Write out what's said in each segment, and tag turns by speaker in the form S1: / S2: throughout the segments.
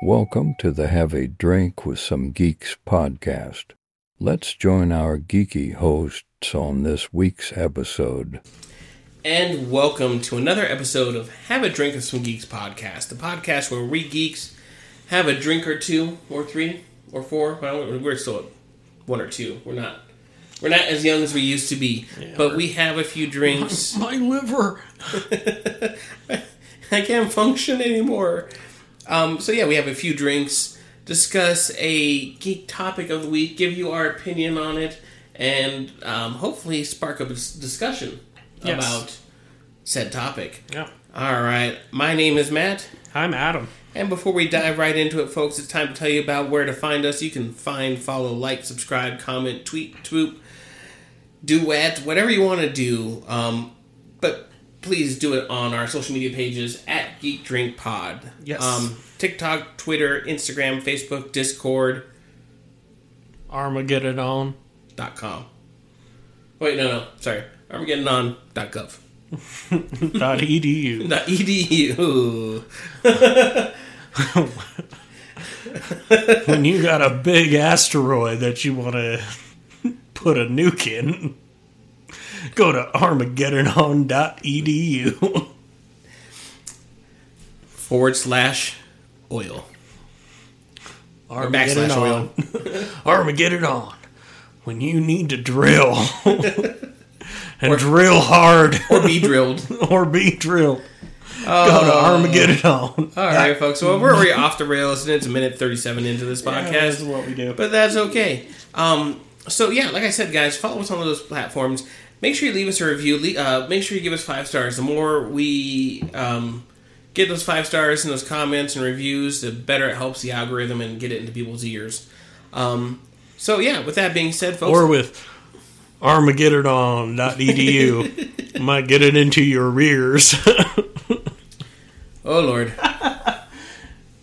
S1: Welcome to the Have a Drink with Some Geeks podcast. Let's join our geeky hosts on this week's episode.
S2: And welcome to another episode of Have a Drink of Some Geeks podcast, the podcast where we geeks have a drink or two, or three, or four. Well, we're- we're still at one or two. We're not. We're not as young as we used to be, but we have a few drinks.
S3: My liver.
S2: I can't function anymore. Um, so yeah, we have a few drinks, discuss a geek topic of the week, give you our opinion on it, and um, hopefully spark up a s- discussion
S3: Yes.
S2: about said topic.
S3: Yeah.
S2: All right, my name is Matt.
S3: I'm Adam.
S2: And before we dive right into it, folks, it's time to tell you about where to find us. You can find, follow, like, subscribe, comment, tweet, tweet, duet, whatever you want to do. Um, but please do it on our social media pages at Geek Drink Pod.
S3: Yes.
S2: Um, TikTok, Twitter, Instagram, Facebook, Discord
S3: Armageddon on.
S2: dot com. Wait, no, no, sorry. Armageddon on dot gov.
S3: Dot E edu.
S2: Not E edu.
S3: when you got a big asteroid that you want to put a nuke in, go to E armageddonon.edu.
S2: Forward slash oil.
S3: Armageddon
S2: backslash
S3: on. Armageddon on. When you need to drill and drill hard
S2: Or be drilled.
S3: or be drilled, go to Armageddon on.
S2: All right, folks. Well, we're already off the rails, and it's a minute thirty-seven into this podcast,
S3: what we do.
S2: but that's okay. Um, so yeah, like I said, guys, follow us on all those platforms. Make sure you leave us a review. Le- uh, make sure you give us five stars. The more we um, get those five stars and those comments and reviews, the better it helps the algorithm and get it into people's ears. Um, so yeah, with that being said, folks,
S3: or with armageddon.edu E might get it into your rears.
S2: oh lord,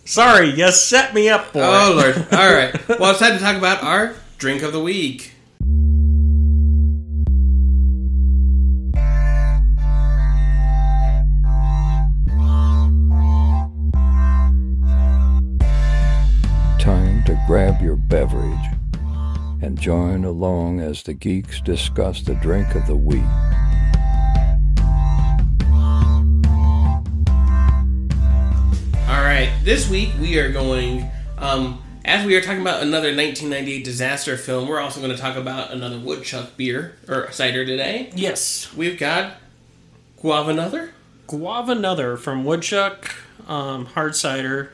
S3: Sorry, you set me up for
S2: oh
S3: it.
S2: lord. All right. Well, it's time to talk about our drink of the week.
S1: Time to grab your beverage and join along as the geeks discuss the drink of the week.
S2: All right, this week we are going. Um, as we are talking about another 1998 disaster film, we're also going to talk about another woodchuck beer or cider today.
S3: Yes.
S2: We've got guava another.
S3: Guava Another from Woodchuck, um, Hard Cider.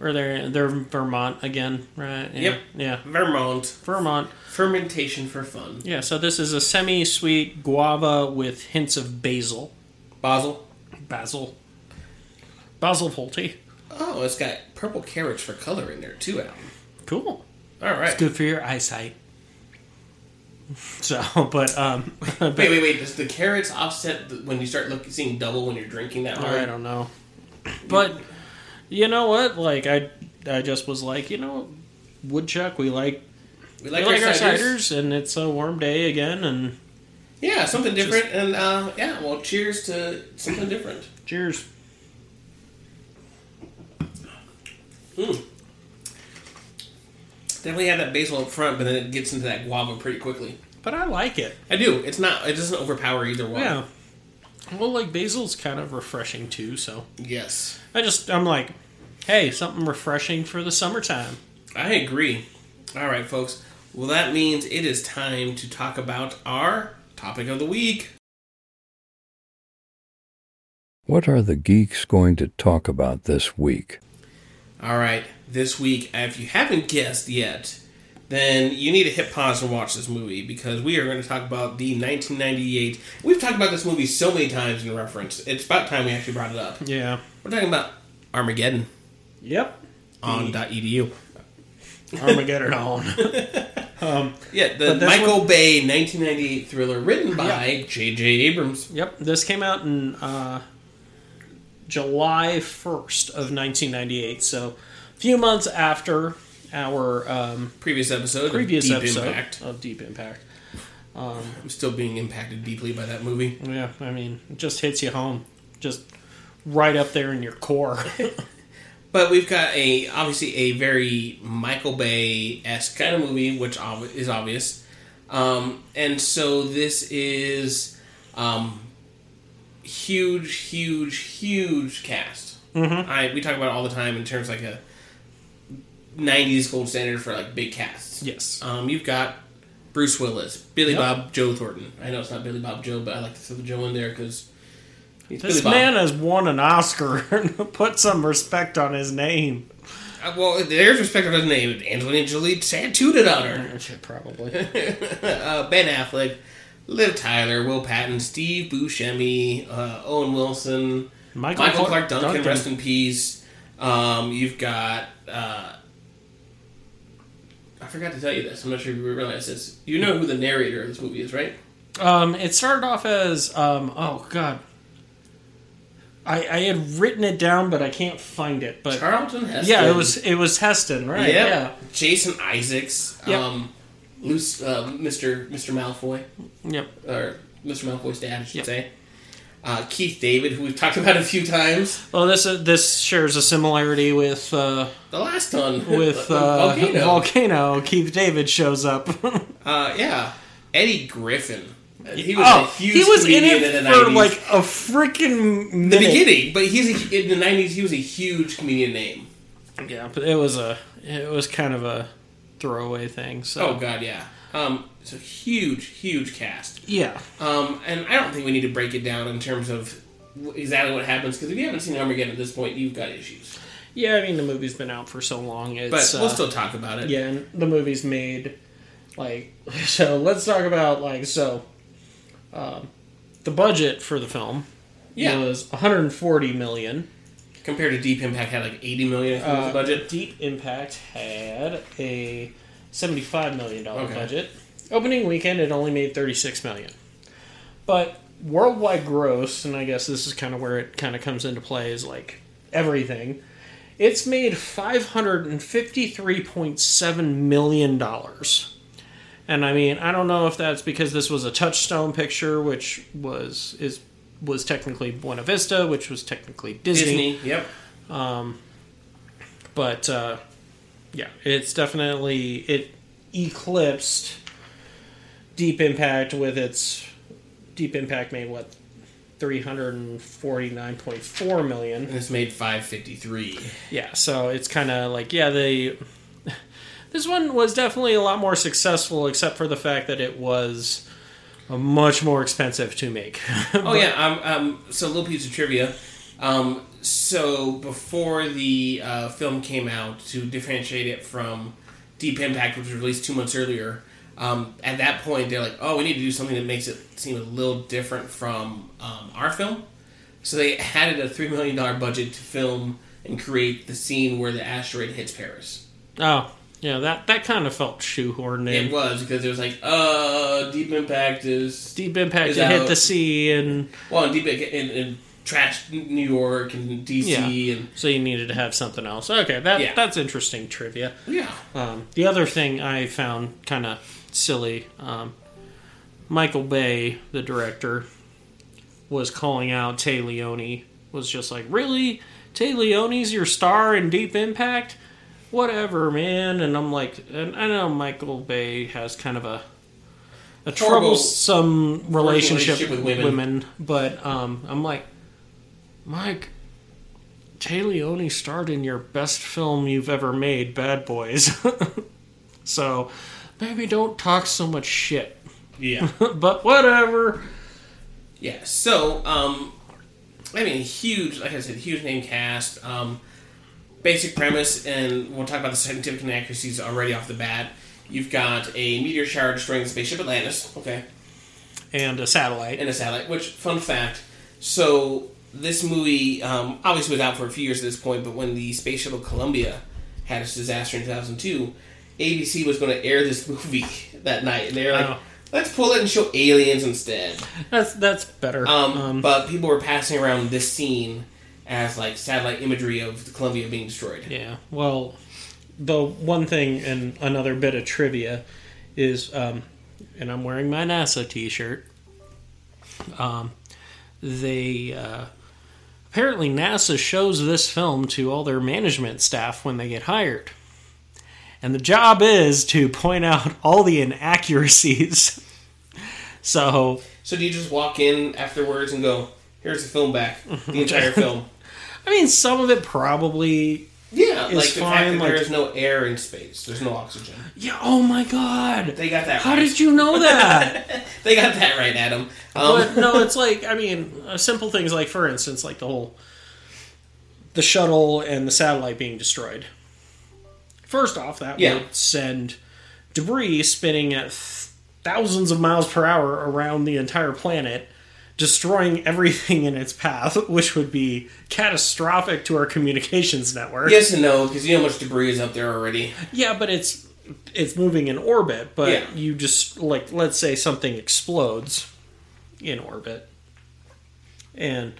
S3: Or they're, they're in Vermont again, right? Yeah.
S2: Yep.
S3: Yeah.
S2: Vermont
S3: Vermont.
S2: fermentation for fun.
S3: Yeah, so this is a semi sweet guava with hints of basil.
S2: Basil.
S3: Basil. Basil Pulte.
S2: Oh, it's got purple carrots for color in there too. Al.
S3: Cool.
S2: All right.
S3: good for your eyesight. So, but um, but-
S2: Wait, wait, wait. Does the carrots offset the, when you start looking, seeing double when you're drinking that hard?
S3: I don't know. But you know what? Like I, I just was like, you know, woodchuck. We like
S2: We
S3: we
S2: like,
S3: like,
S2: our,
S3: our
S2: ciders.
S3: ciders, and it's a warm day again. And
S2: Yeah, something different. And uh, yeah, well, cheers to something different.
S3: cheers.
S2: Definitely have that basil up front, but then it gets into that guava pretty quickly.
S3: But I like it.
S2: I do. It's not. It doesn't overpower either one.
S3: Yeah. Well, like basil's kind of refreshing too. So
S2: Yes,
S3: I just I'm like, hey, something refreshing for the summertime.
S2: I agree. All right, folks. Well, that means it is time to talk about our topic of the week.
S1: What are the geeks going to talk about this week?
S2: All right, this week, if you haven't guessed yet, then you need to hit pause and watch this movie because we are going to talk about the 1998. We've talked about this movie so many times in reference. It's about time we actually brought it up.
S3: Yeah.
S2: We're talking about Armageddon
S3: Yep.
S2: on E .edu.
S3: Armageddon on.
S2: Yeah, the
S3: But this
S2: Michael Bay 1998 thriller written by J.J. Abrams.
S3: Yep, this came out in uh, July 1st of 1998, so a few months after our um,
S2: Previous episode, of
S3: previous
S2: Deep
S3: episode
S2: Impact.
S3: of Deep Impact.
S2: I'm still being impacted deeply by that movie.
S3: Yeah, I mean, it just hits you home, just right up there in your core.
S2: But we've got a obviously a very Michael Bay esque kind of movie, which ob- is obvious. Um, and so this is um, huge, huge, huge cast.
S3: Mm-hmm.
S2: I we talk about it all the time in terms of like a '90s gold standard for like big casts.
S3: Yes.
S2: Um, you've got Bruce Willis, Billy
S3: Yep.
S2: Bob Joe Thornton. I know it's not Billy Bob Joe, but I like to throw the Joe in there because he's
S3: This
S2: Billy Bob.
S3: man has won an Oscar. Put some respect on his name.
S2: Uh, well, there's respect on his name. Angelina Jolie tattooed on her.
S3: Probably.
S2: uh, Ben Affleck, Liv Tyler, Will Patton, Steve Buscemi, uh, Owen Wilson,
S3: Michael
S2: Michael
S3: Clark
S2: Clark, Duncan,
S3: Duncan.
S2: rest in peace. Um, you've got. Uh, I forgot to tell you this. I'm not sure if you realize this. You know who the narrator of this movie is, right?
S3: Um, it started off as um, oh god, I I had written it down, but I can't find it. But
S2: Charlton Heston.
S3: yeah, it was it was Heston, right?
S2: Yep.
S3: Yeah,
S2: Jason Isaacs.
S3: Yep.
S2: Um, Luce, uh, Mr. Mr. Malfoy.
S3: yep.
S2: Or Mr. Malfoy's dad, I should
S3: Yep.
S2: say. Uh, Keith David, who we've talked about a few times.
S3: Well, this uh, this shares a similarity with uh,
S2: The last one
S3: with uh, volcano. Keith David shows up.
S2: Uh, yeah, Eddie Griffin. Uh, He was a
S3: oh,
S2: huge
S3: he was in
S2: comedian
S3: it
S2: in the
S3: for
S2: 90s.
S3: like a freaking
S2: the
S3: minute.
S2: beginning, but he's a, in the nineties. He was a huge comedian name.
S3: Yeah, but it was a it was kind of a throwaway thing. So
S2: Oh God, yeah. Um, it's a huge, huge cast.
S3: yeah,
S2: Um, and I don't think we need to break it down in terms of wh- exactly what happens because if you haven't seen Armageddon at this point, you've got issues.
S3: yeah. I mean, the movie's been out for so long.
S2: But
S3: It's,
S2: we'll
S3: uh,
S2: still talk about it.
S3: yeah and the movie's made like so let's talk about like so um, the budget for the film
S2: Yeah.
S3: was 140 million
S2: Compared to Deep Impact, had like eighty million I think, was
S3: Uh,
S2: the budget.
S3: deep impact had a 75 million dollar
S2: Okay.
S3: budget opening weekend it only made 36 million but worldwide gross and i guess this is kind of where it kind of comes into play is like everything it's made 553.7 million dollars and i mean i don't know if that's because this was a touchstone picture which was is was technically buena vista which was technically disney.
S2: Disney. Yep.
S3: but uh, yeah, it's definitely it eclipsed Deep Impact with its Deep Impact made what three hundred and forty nine point four million.
S2: And it's made five fifty three.
S3: Yeah, so it's kind of like yeah, they this one was definitely a lot more successful, except for the fact that it was uh, much more expensive to make.
S2: Oh yeah, um, um, so a little piece of trivia. Um, so before the uh, film came out, to differentiate it from Deep Impact, which was released two months earlier, um, at that point they're like, "Oh, we need to do something that makes it seem a little different from um, our film." So they added a three million dollar budget to film and create the scene where the asteroid hits Paris.
S3: oh yeah, that that kind of felt shoehorned in.
S2: It was because it was like, "Uh, Deep Impact is
S3: Deep Impact
S2: Is
S3: it hit
S2: out.
S3: the sea and.
S2: well, and Deep Impact and, and trashed New York and DC
S3: Yeah.
S2: and
S3: So you needed to have something else. Okay, that
S2: Yeah.
S3: that's interesting trivia.
S2: yeah."
S3: Um, the other thing I found kind of silly, um, Michael Bay, the director, was calling out Tay Leone. Was just like, really, Tay Leone's your star in Deep Impact? Whatever, man. And I'm like, and I know Michael Bay has kind of a a
S2: Horrible
S3: troublesome relationship,
S2: relationship with
S3: with
S2: women.
S3: women. but um, I'm like, Mike, Tay Leone starred in your best film you've ever made, Bad Boys. so maybe don't talk so much shit.
S2: Yeah.
S3: but whatever.
S2: yeah. So, um, I mean, huge, like I said, huge name cast. Um, basic premise, and we'll talk about the scientific inaccuracies already off the bat. You've got a meteor shower destroying the spaceship Atlantis. Okay.
S3: And a satellite.
S2: and a satellite. Which, fun fact, so this movie um, obviously was out for a few years at this point, but when the space shuttle Columbia had its disaster in 2002, ABC was going to air this movie that night, and they were like,
S3: Oh.
S2: "Let's pull it and show aliens instead."
S3: That's that's better.
S2: Um, but people were passing around this scene as like satellite imagery of the Columbia being destroyed.
S3: Yeah. Well, the one thing and another bit of trivia is, um, and I'm wearing my NASA T-shirt. Um, they uh, Apparently, NASA shows this film to all their management staff when they get hired. And the job is to point out all the inaccuracies. so,
S2: So do you just walk in afterwards and go, "Here's the film back, the entire film"?
S3: I mean, some of it probably.
S2: Yeah,
S3: It's
S2: like the fact
S3: fine,
S2: that
S3: like-
S2: there is no air in space. There's no oxygen.
S3: Yeah, oh my god!
S2: They got that.
S3: How
S2: right.
S3: did you know that?
S2: They got that right, Adam. Um,
S3: but no, it's like I mean, uh, simple things like, for instance, like the whole the shuttle and the satellite being destroyed. First off, that
S2: Yeah.
S3: would send debris spinning at th- thousands of miles per hour around the entire planet, destroying everything in its path, which would be catastrophic to our communications network.
S2: yes and no, because you know how much debris is up there already.
S3: Yeah, but it's it's moving in orbit, but
S2: Yeah.
S3: you just like let's say something explodes in orbit and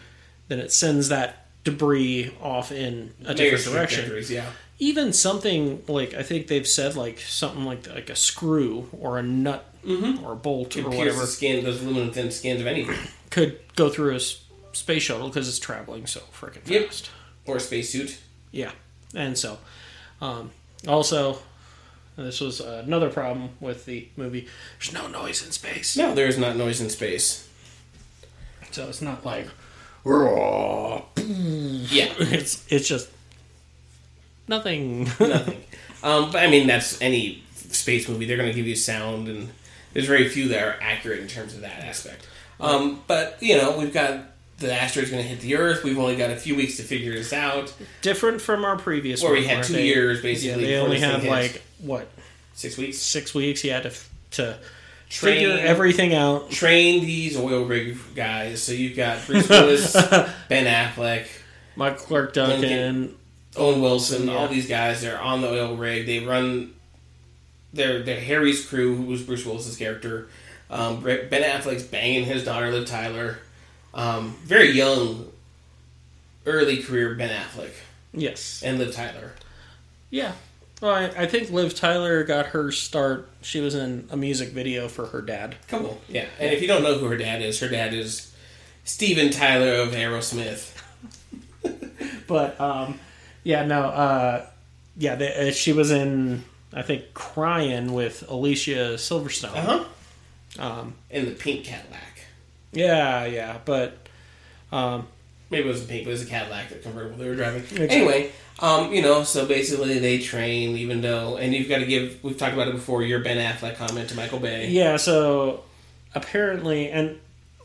S3: then it sends that debris off in a different
S2: Major
S3: direction.
S2: trajectories, Yeah.
S3: Even something like I think they've said like something like like a screw or a nut
S2: Mm-hmm.
S3: or a bolt or
S2: Pierce
S3: whatever
S2: the skin, those aluminum thin skins of anything,
S3: could go through a s- space shuttle because it's traveling so freaking fast.
S2: Yep. or a spacesuit.
S3: Yeah, and so, um, also, this was another problem with the movie. There's no noise in space,
S2: No, there is not noise in space.
S3: so it's not like
S2: Yeah,
S3: it's it's just nothing.
S2: nothing. Um, but I mean, that's any space movie. They're going to give you sound, and there's very few that are accurate in terms of that aspect. Um, but you know, we've got the asteroid's going to hit the Earth. We've only got a few weeks to figure this out.
S3: Different from our previous,
S2: Where we
S3: one,
S2: had two
S3: they-
S2: years,
S3: Yeah,
S2: basically.
S3: they
S2: before
S3: only
S2: this thing
S3: had
S2: hits.
S3: like what
S2: six weeks.
S3: six weeks. You had to f- to
S2: Train.
S3: figure everything out.
S2: Train these oil rig guys. So you've got Bruce Willis, Ben Affleck,
S3: Mike Clark Duncan.
S2: Lincoln. Owen Wilson,
S3: Yeah.
S2: all these guys. They're on the oil rig. They run. They're, they're Harry's crew, who was Bruce Willis's character. Um, Ben Affleck's banging his daughter, Liv Tyler. Um, very young, early career Ben Affleck
S3: Yes.
S2: and Liv Tyler.
S3: Yeah. Well, I, I think Liv Tyler got her start. She was in a music video for her dad.
S2: Couple, yeah. And if you don't know who her dad is, her dad is Steven Tyler of Aerosmith.
S3: but um, yeah, no, uh, yeah, the, uh, she was in I think crying with Alicia Silverstone.
S2: Uh huh.
S3: Um,
S2: In the pink Cadillac.
S3: yeah, yeah, but um,
S2: Maybe it wasn't pink, but it was a Cadillac, that convertible they were driving. Anyway, um, you know, so basically they train, even though, and you've got to give, we've talked about it before, your Ben Affleck comment to Michael Bay.
S3: yeah, so apparently, and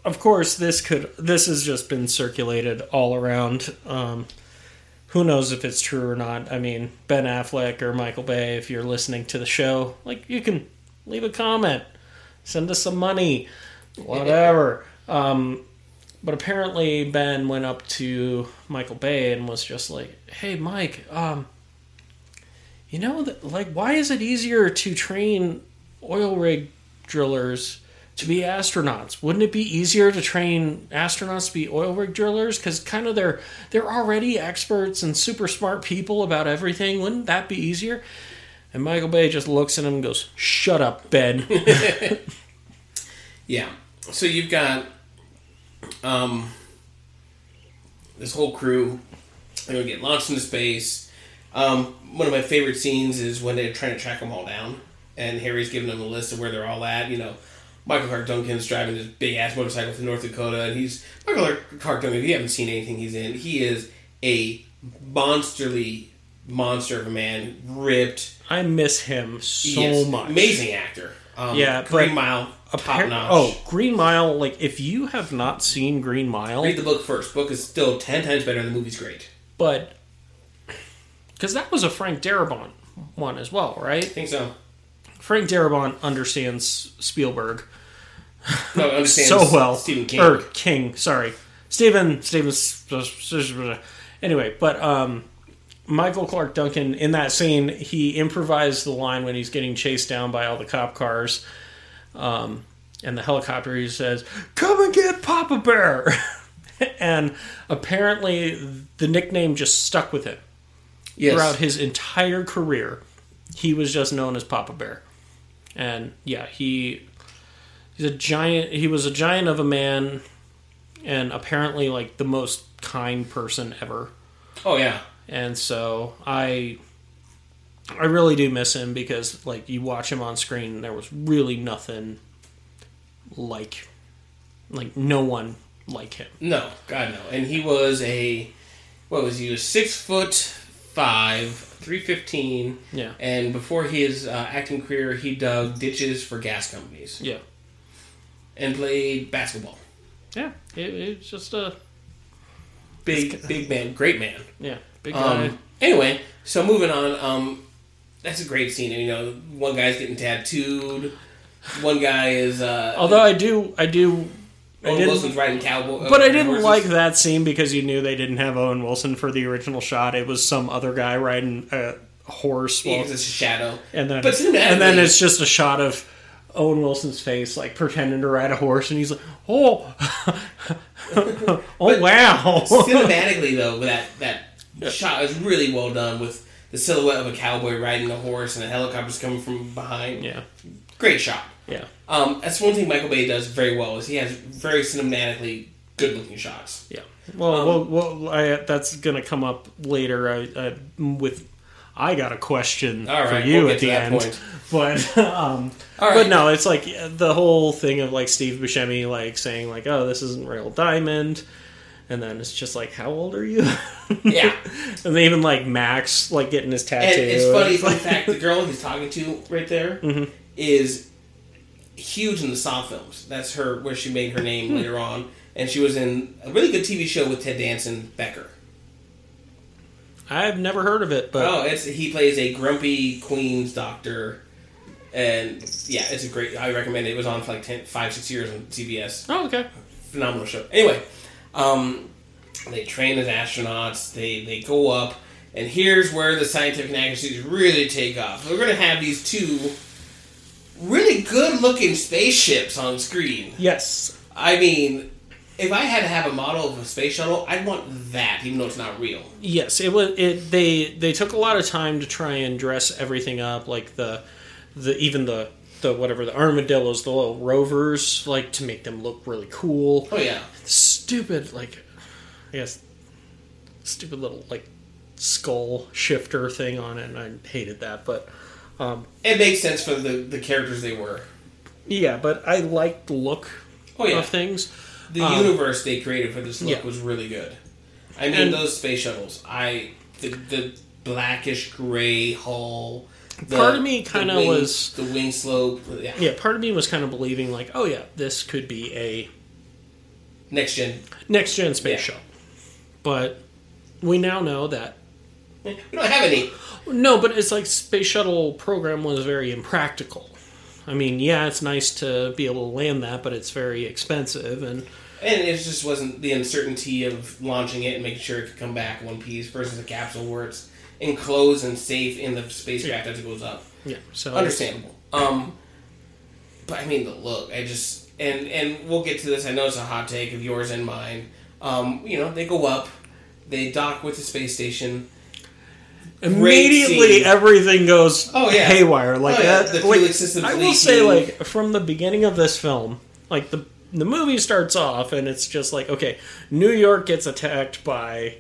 S3: of course, this could this has just been circulated all around. Um, who knows if it's true or not? I mean, Ben Affleck or Michael Bay, if you're listening to the show, like you can leave a comment, send us some money, whatever. um, but apparently, Ben went up to Michael Bay and was just like, "Hey, Mike, um, you know, that, like, why is it easier to train oil rig drillers?" To be astronauts, wouldn't it be easier to train astronauts to be oil rig drillers? Because kind of they're they're already experts and super smart people about everything. Wouldn't that be easier? And Michael Bay just looks at him and goes, "Shut up, Ben."
S2: Yeah. So you've got um, this whole crew. They would get launched into space. Um, one of my favorite scenes is when they're trying to track them all down, and Harry's giving them a list of where they're all at. You know, Michael Clark Duncan's driving his big ass motorcycle to North Dakota, and he's Michael Clark Duncan. If you haven't seen anything he's in, he is a monsterly monster of a man, ripped,
S3: I miss him so
S2: He is
S3: much.
S2: amazing actor. Um,
S3: Yeah,
S2: Green
S3: but
S2: Mile, top
S3: Appar-
S2: notch.
S3: Oh, Green Mile! Like if you have not seen Green Mile,
S2: Read the book first. Book is still ten times better. The movie's great.
S3: but because that was a Frank Darabont one as well,
S2: I
S3: right?
S2: think so.
S3: Frank Darabont understands Spielberg.
S2: No, I understand
S3: so well.
S2: Stephen King.
S3: Or King, sorry. Stephen, Stephen. Anyway, but um, Michael Clark Duncan, in that scene, he improvised the line when he's getting chased down by all the cop cars um, and the helicopter. He says, Come and get Papa Bear! and apparently the nickname just stuck with him
S2: yes.
S3: throughout his entire career, he was just known as Papa Bear. And yeah, he he's a giant. He was a giant of a man, and apparently like the most kind person ever.
S2: Oh yeah.
S3: And so I I really do miss him because like you watch him on screen and there was really nothing like like no one like him.
S2: No, God no. And he was a what was he? he was six foot five, three fifteen.
S3: Yeah.
S2: And before his uh, acting career, he dug ditches for gas companies
S3: Yeah.
S2: and played basketball.
S3: Yeah. It, it's just a
S2: Big, big man, great man.
S3: yeah, big guy.
S2: Um, anyway, so moving on. Um, that's a great scene. You know, one guy's getting tattooed. One guy is. Uh,
S3: Although I do I do I
S2: Owen
S3: didn't-
S2: Wilson's riding cowboy.
S3: But I
S2: uh,
S3: didn't
S2: horses.
S3: like that scene because you knew they didn't have Owen Wilson for the original shot. It was some other guy riding a horse, while-
S2: It's just a shadow.
S3: and then
S2: but
S3: and then
S2: cinematically-
S3: it's just a shot of Owen Wilson's face, like pretending to ride a horse, and he's like, "Oh, oh wow,
S2: cinematically though that that shot is really well done with the silhouette of a cowboy riding a horse and the helicopters coming from behind
S3: yeah,
S2: great shot
S3: yeah,
S2: um, that's one thing michael bay does very well is he has very cinematically good looking shots
S3: yeah." Well,
S2: Um,
S3: well, well I, that's gonna come up later. I, I, with I got a question
S2: All
S3: for
S2: right,
S3: you
S2: we'll get
S3: at
S2: to
S3: the
S2: that
S3: end,
S2: point.
S3: but um,
S2: all right
S3: But no, it's like the whole thing of like Steve Buscemi like saying like, "Oh, this isn't real diamond," and then it's just like, "How old are you?"
S2: yeah
S3: and then even like Max like getting his tattoo.
S2: and it's funny fun fact the girl he's talking to right there is huge in the saw films that's her where she made her name later on and she was in a really good tv show with ted danson becker
S3: I've never heard of it, but
S2: Oh, it's he plays a grumpy Queens doctor, and yeah, it's a great. I recommend it. It was on for like 10, five, six years on CBS.
S3: oh okay,
S2: Phenomenal show. Anyway, um, they train as astronauts. They they go up, and here's where the scientific inaccuracies really take off. We're gonna have these two really good looking spaceships on screen.
S3: yes,
S2: I mean. If I had to have a model of a space shuttle, I'd want that, even though it's not real.
S3: yes. It was it. They they took a lot of time to try and dress everything up, like the the even the the whatever the armadillos, the little rovers, like to make them look really cool.
S2: Oh yeah,
S3: stupid like I guess stupid little like skull shifter thing on it and I hated that but
S2: it makes sense for the the characters they were.
S3: yeah but I liked the look
S2: Oh yeah,
S3: of things
S2: the
S3: Um,
S2: universe they created for this look
S3: yeah.
S2: was really good. I mean,
S3: And-
S2: those space shuttles. I the, the blackish gray hull. The,
S3: Part of me
S2: the
S3: kinda
S2: wing-
S3: was-
S2: the wing slope. Yeah,
S3: yeah part of me was kind of believing like oh yeah this could be a
S2: next gen.
S3: next gen space
S2: Yeah.
S3: shuttle but we now know that
S2: We don't have any.
S3: no but it's like space shuttle program was very impractical I mean yeah it's nice to be able to land that but it's very expensive and
S2: And it just wasn't the uncertainty of launching it and making sure it could come back in one piece versus a capsule where it's enclosed and safe in the spacecraft as it goes up.
S3: yeah so
S2: Understandable. Um, but I mean the look. I just and and we'll get to this. I know it's a hot take of yours and mine. Um, you know they go up, they dock with the space station.
S3: immediately
S2: scene.
S3: everything goes
S2: Oh, yeah.
S3: haywire like
S2: Oh, yeah,
S3: that.
S2: the
S3: like,
S2: Felix system's
S3: I will say,
S2: leaking.
S3: like from the beginning of this film, like the the movie starts off and it's just like okay, New York gets attacked by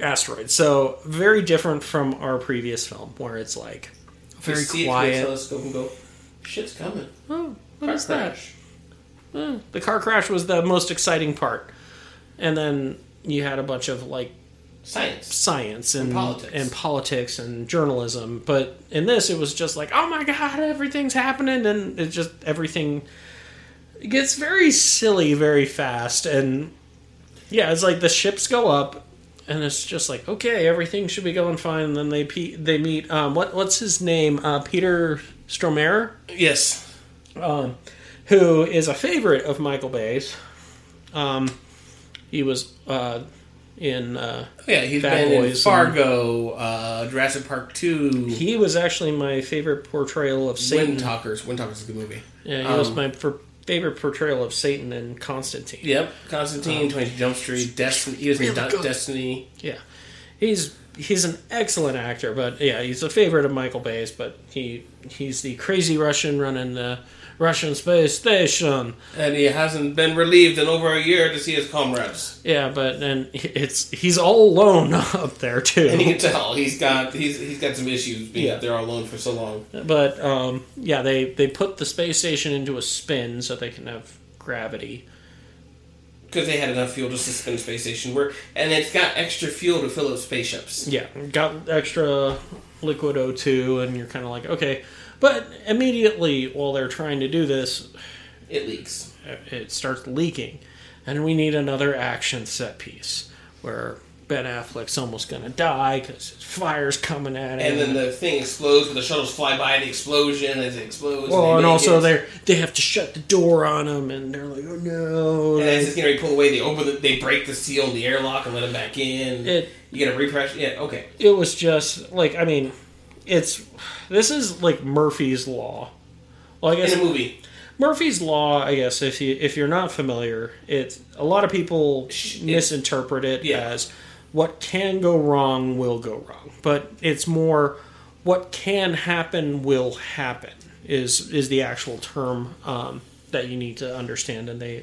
S3: asteroids. So very different from our previous film where it's like very
S2: They see it through the
S3: quiet.
S2: Telescope and go, shit's coming.
S3: Oh, what
S2: Car
S3: is that?
S2: crash.
S3: Eh, The car crash was the most exciting part, and then you had a bunch of like
S2: Science.
S3: science and,
S2: politics.
S3: and politics and journalism. But in this, it was just like, oh my god, everything's happening, and it just everything it gets very silly very fast. And yeah, it's like the ships go up, and it's just like, okay, everything should be going fine. And then they pe- they meet um, what what's his name, uh, Peter Stromer,
S2: Yes.
S3: um, who is a favorite of Michael Bay's. Um, he was uh, in. Uh,
S2: Oh, Yeah, he's
S3: Bad
S2: been in
S3: Boys and-
S2: Fargo, uh, Jurassic Park Two,
S3: He was actually my favorite portrayal of Satan.
S2: Wind Talkers. Wind Talkers is a good movie.
S3: Yeah, he was my for, favorite portrayal of Satan in Constantine.
S2: Yep. Constantine, Twenty Jump Street, Destiny. He was in
S3: Um, really
S2: Du-
S3: good.
S2: Destiny.
S3: Yeah. He's he's an excellent actor, but yeah, he's a favorite of Michael Bay's, but he he's the crazy Russian running the Russian space station.
S2: And he hasn't been relieved in over a year to see his comrades.
S3: Yeah, but and it's he's all alone up there too.
S2: And you can tell he's got he's he's got some issues being up there all alone for so long.
S3: But um, yeah, they they put the space station into a spin so they can have gravity.
S2: Because they had enough fuel just to spin space station where and it's got extra fuel to fill up spaceships.
S3: Yeah, got extra liquid O2, and you're kind of like, okay. But immediately while they're trying to do this,
S2: It leaks.
S3: it starts leaking, and we need another action set piece where Ben Affleck's almost gonna die because fire's coming at him.
S2: And then the thing explodes, but the shuttles fly by the explosion as it explodes.
S3: well,
S2: they
S3: and
S2: make
S3: also
S2: it.
S3: they they have to shut the door on him, and they're like, oh no.
S2: And as it's getting ready to pull away, they open the, they break the seal in the airlock and let him back in.
S3: It-
S2: you get a repression. Yeah, okay.
S3: it was just like I mean, it's this is like Murphy's Law. Well, I guess
S2: In a movie,
S3: Murphy's Law. I guess if you if you're not familiar, it's a lot of people
S2: Sh- it-
S3: misinterpret it
S2: Yeah.
S3: as what can go wrong will go wrong, but it's more what can happen will happen is is the actual term um, that you need to understand, and they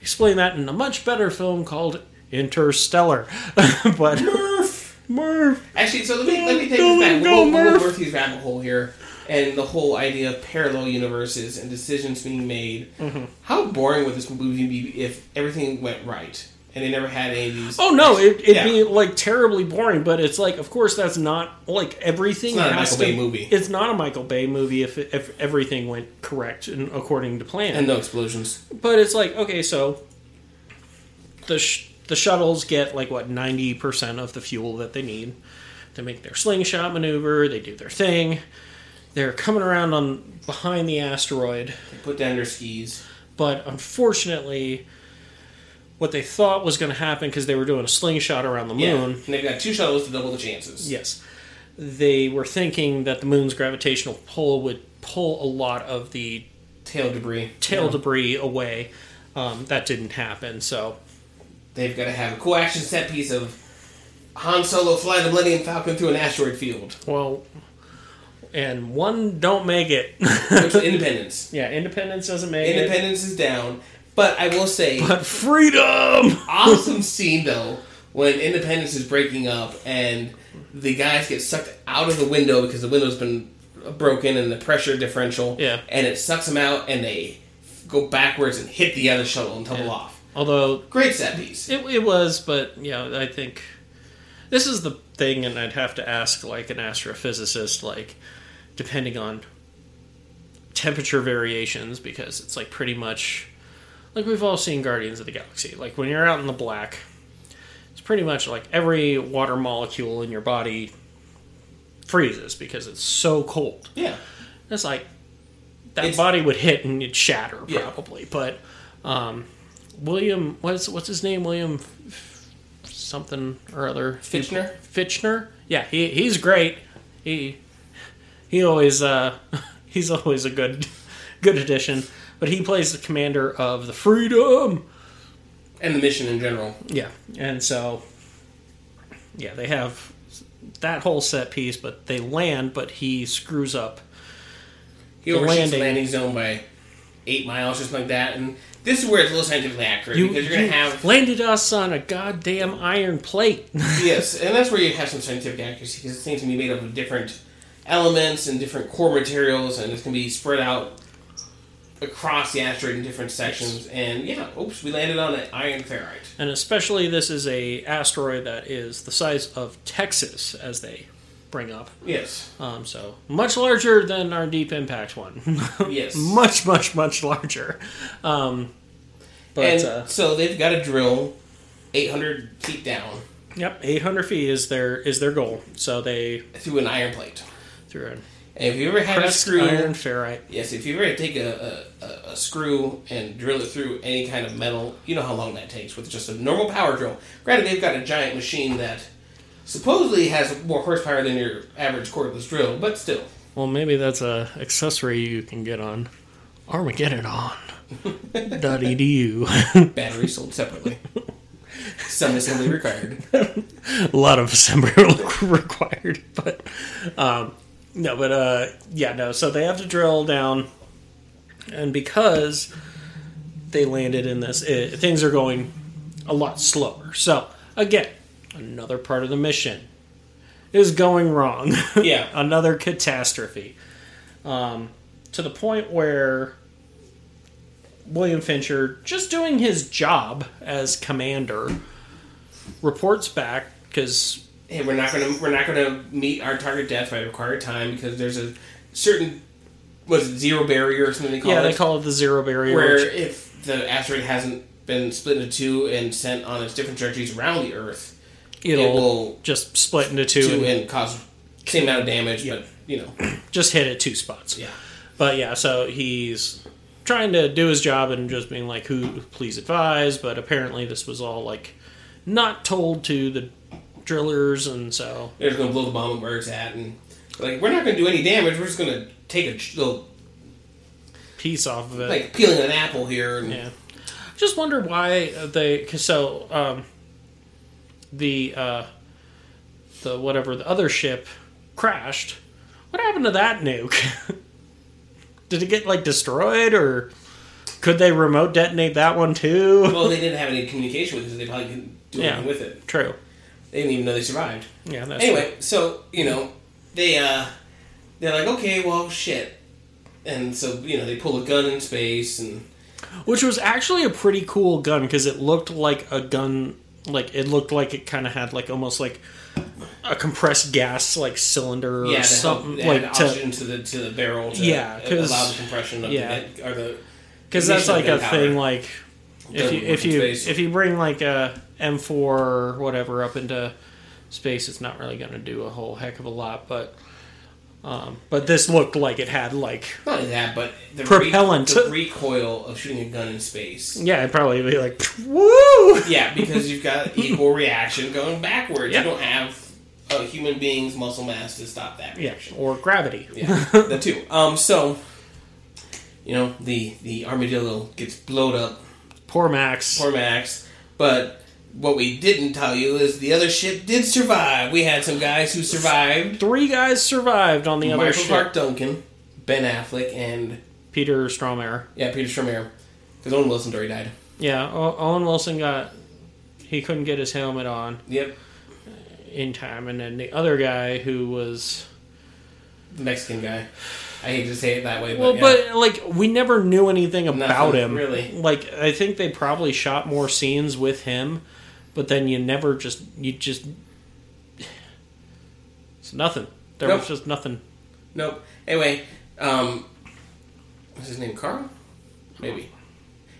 S3: explain that in a much better film called Interstellar. but Murph, Murph.
S2: actually, so let me let me take
S3: Go,
S2: this back. We'll,
S3: go,
S2: we'll
S3: Murph.
S2: Murphy's rabbit hole here, and the whole idea of parallel universes and decisions being made.
S3: Mm-hmm.
S2: How boring would this movie be if everything went right and they never had any of these?
S3: Oh no, it, it'd
S2: Yeah.
S3: be like terribly boring. But it's like, of course, that's not like everything.
S2: It's not a
S3: has
S2: Michael
S3: to-
S2: Bay movie.
S3: It's not a Michael Bay movie if if everything went correct and according to plan.
S2: and no explosions.
S3: but it's like okay, so the sh- the shuttles get like what ninety percent of the fuel that they need. They make their slingshot maneuver. They do their thing. They're coming around on behind the asteroid.
S2: They put down their skis.
S3: But unfortunately, what they thought was going to happen because they were doing a slingshot around the
S2: Yeah,
S3: moon.
S2: and they've got two shuttles to double the chances.
S3: Yes. They were thinking that the moon's gravitational pull would pull a lot of the
S2: Tail debris.
S3: tail debris away. Um, that didn't happen, so
S2: They've got to have a cool action set piece of Han Solo flying the Millennium Falcon through an asteroid field.
S3: well, and one don't make it.
S2: Which Independence.
S3: yeah, independence doesn't make it,
S2: Independence is down. But I will say,
S3: but freedom.
S2: awesome scene though when Independence is breaking up and the guys get sucked out of the window because the window's been broken and the pressure differential.
S3: Yeah.
S2: And it sucks them out and they go backwards and hit the other shuttle and tumble off.
S3: Although
S2: Great set piece.
S3: It, it was, but yeah, I think this is the thing, and I'd have to ask like an astrophysicist, like depending on temperature variations, because it's like pretty much like we've all seen Guardians of the Galaxy. Like when you're out in the black, it's pretty much like every water molecule in your body freezes because it's so cold.
S2: Yeah.
S3: It's like that
S2: It's-
S3: body would hit and it'd shatter
S2: Yeah.
S3: probably. But um, William, what's what's his name? William F- something or other.
S2: Fitchner?
S3: Fitchner. Yeah, he he's great. He he always uh, he's always a good good addition. But he plays the commander of the Freedom.
S2: And the mission in general.
S3: Yeah, and so yeah, they have that whole set piece, but they land, but he screws up.
S2: He
S3: The
S2: overshoots
S3: landing.
S2: the landing zone by eight miles, just like that. And this is where it's a little scientifically accurate because you're going to have
S3: landed us on a goddamn iron plate.
S2: yes, and that's where you have some scientific accuracy because things can be made up of different elements and different core materials, and it's going to be spread out across the asteroid in different sections. And yeah, oops, we landed on an iron ferrite.
S3: and especially this is a asteroid that is the size of Texas, as they bring up.
S2: Yes,
S3: Um, so much larger than our Deep Impact one.
S2: yes.
S3: much, much, much larger. Um, but
S2: and
S3: uh,
S2: so they've got to drill 800 feet down
S3: yep, 800 feet is their is their goal. So they
S2: through an iron plate.
S3: threw in
S2: And if you ever had a
S3: pressed
S2: screw,
S3: iron ferrite.
S2: yes, if you ever take a, a, a- a screw and drill it through any kind of metal, you know how long that takes with just a normal power drill. Granted, they've got a giant machine that supposedly has more horsepower than your average cordless drill, but still.
S3: Well, maybe that's a accessory you can get on Armageddon on. dot edu.
S2: Batteries sold separately. Some assembly required.
S3: a lot of assembly required, but um, no, but uh, yeah, no. So they have to drill down and because they landed in this, it, things are going a lot slower. So again, another part of the mission is going wrong.
S2: Yeah.
S3: another catastrophe. Um, to the point where William Fincher, just doing his job as commander, reports back because
S2: hey, we're not gonna we're not gonna meet our target death by required time because there's a certain was it zero barrier or something they call
S3: yeah,
S2: it
S3: they call it the zero barrier.
S2: where
S3: which-
S2: if the asteroid hasn't been split into two and sent on its different trajectories around the Earth,
S3: it'll
S2: it will
S3: just split into two,
S2: two
S3: and
S2: and cause same amount of damage, but you know,
S3: just hit at two spots.
S2: yeah,
S3: But yeah, so he's trying to do his job and just being like, "Who, please advise." But apparently, this was all like not told to the drillers, and so
S2: they're just gonna blow the bomb up where it's at, and like we're not gonna do any damage. We're just gonna take a ch- little
S3: peace off of it.
S2: like peeling an apple here, and
S3: Yeah. Just wonder why they. Cause so um, the uh, the whatever the other ship crashed. What happened to that nuke? Did it get like destroyed, or could they remote detonate that one too?
S2: well, they didn't have any communication with it, so they probably couldn't do
S3: Yeah.
S2: anything with it.
S3: True.
S2: They didn't even know they survived.
S3: Yeah. That's
S2: Anyway, so you know, they uh, they're like, okay, well, shit, and so you know, they pull a gun in space, and
S3: true. Which was actually a pretty cool gun because it looked like a gun. Like it looked like it kind of had like almost like a compressed gas like cylinder or
S2: yeah, they help,
S3: something
S2: they
S3: like
S2: add
S3: to
S2: oxygen to the to the barrel to
S3: Yeah, 'cause-
S2: allow the compression of the
S3: yeah.
S2: net, or the
S3: because that's like
S2: ignition
S3: a
S2: of gunpowder.
S3: thing like if you
S2: Doesn't work
S3: if
S2: in
S3: you
S2: space.
S3: if you bring like a M4 or whatever up into space, it's not really going to do a whole heck of a lot. But um, but this looked like it had like
S2: Not only that, but the
S3: Propellant.
S2: re- the recoil of shooting a gun in space.
S3: yeah, it'd probably be like woo
S2: Yeah, because you've got equal reaction going backwards.
S3: Yeah.
S2: You don't have a human being's muscle mass to stop that
S3: yeah
S2: reaction.
S3: or gravity
S2: Yeah, the two. Um, so you know the the armadillo gets blowed up
S3: poor Max
S2: for Max, but what we didn't tell you is the other ship did survive. We had some guys who survived:
S3: three guys survived on the other
S2: Michael
S3: ship
S2: Clark Duncan, Ben Affleck, and
S3: Peter Stromer
S2: yeah, Peter Stormare. Because Owen Wilson already died.
S3: yeah o- Owen Wilson got he couldn't get his helmet on
S2: Yep,
S3: in time and then the other guy who was
S2: the Mexican guy. I hate to say it that way, but
S3: Well,
S2: yeah.
S3: but like we never knew anything about
S2: Nothing,
S3: him.
S2: really.
S3: Like I think they probably shot more scenes with him, but then you never just you just it's nothing. There
S2: Nope.
S3: was just nothing.
S2: nope. Anyway, um, what's his name? Carl? Maybe.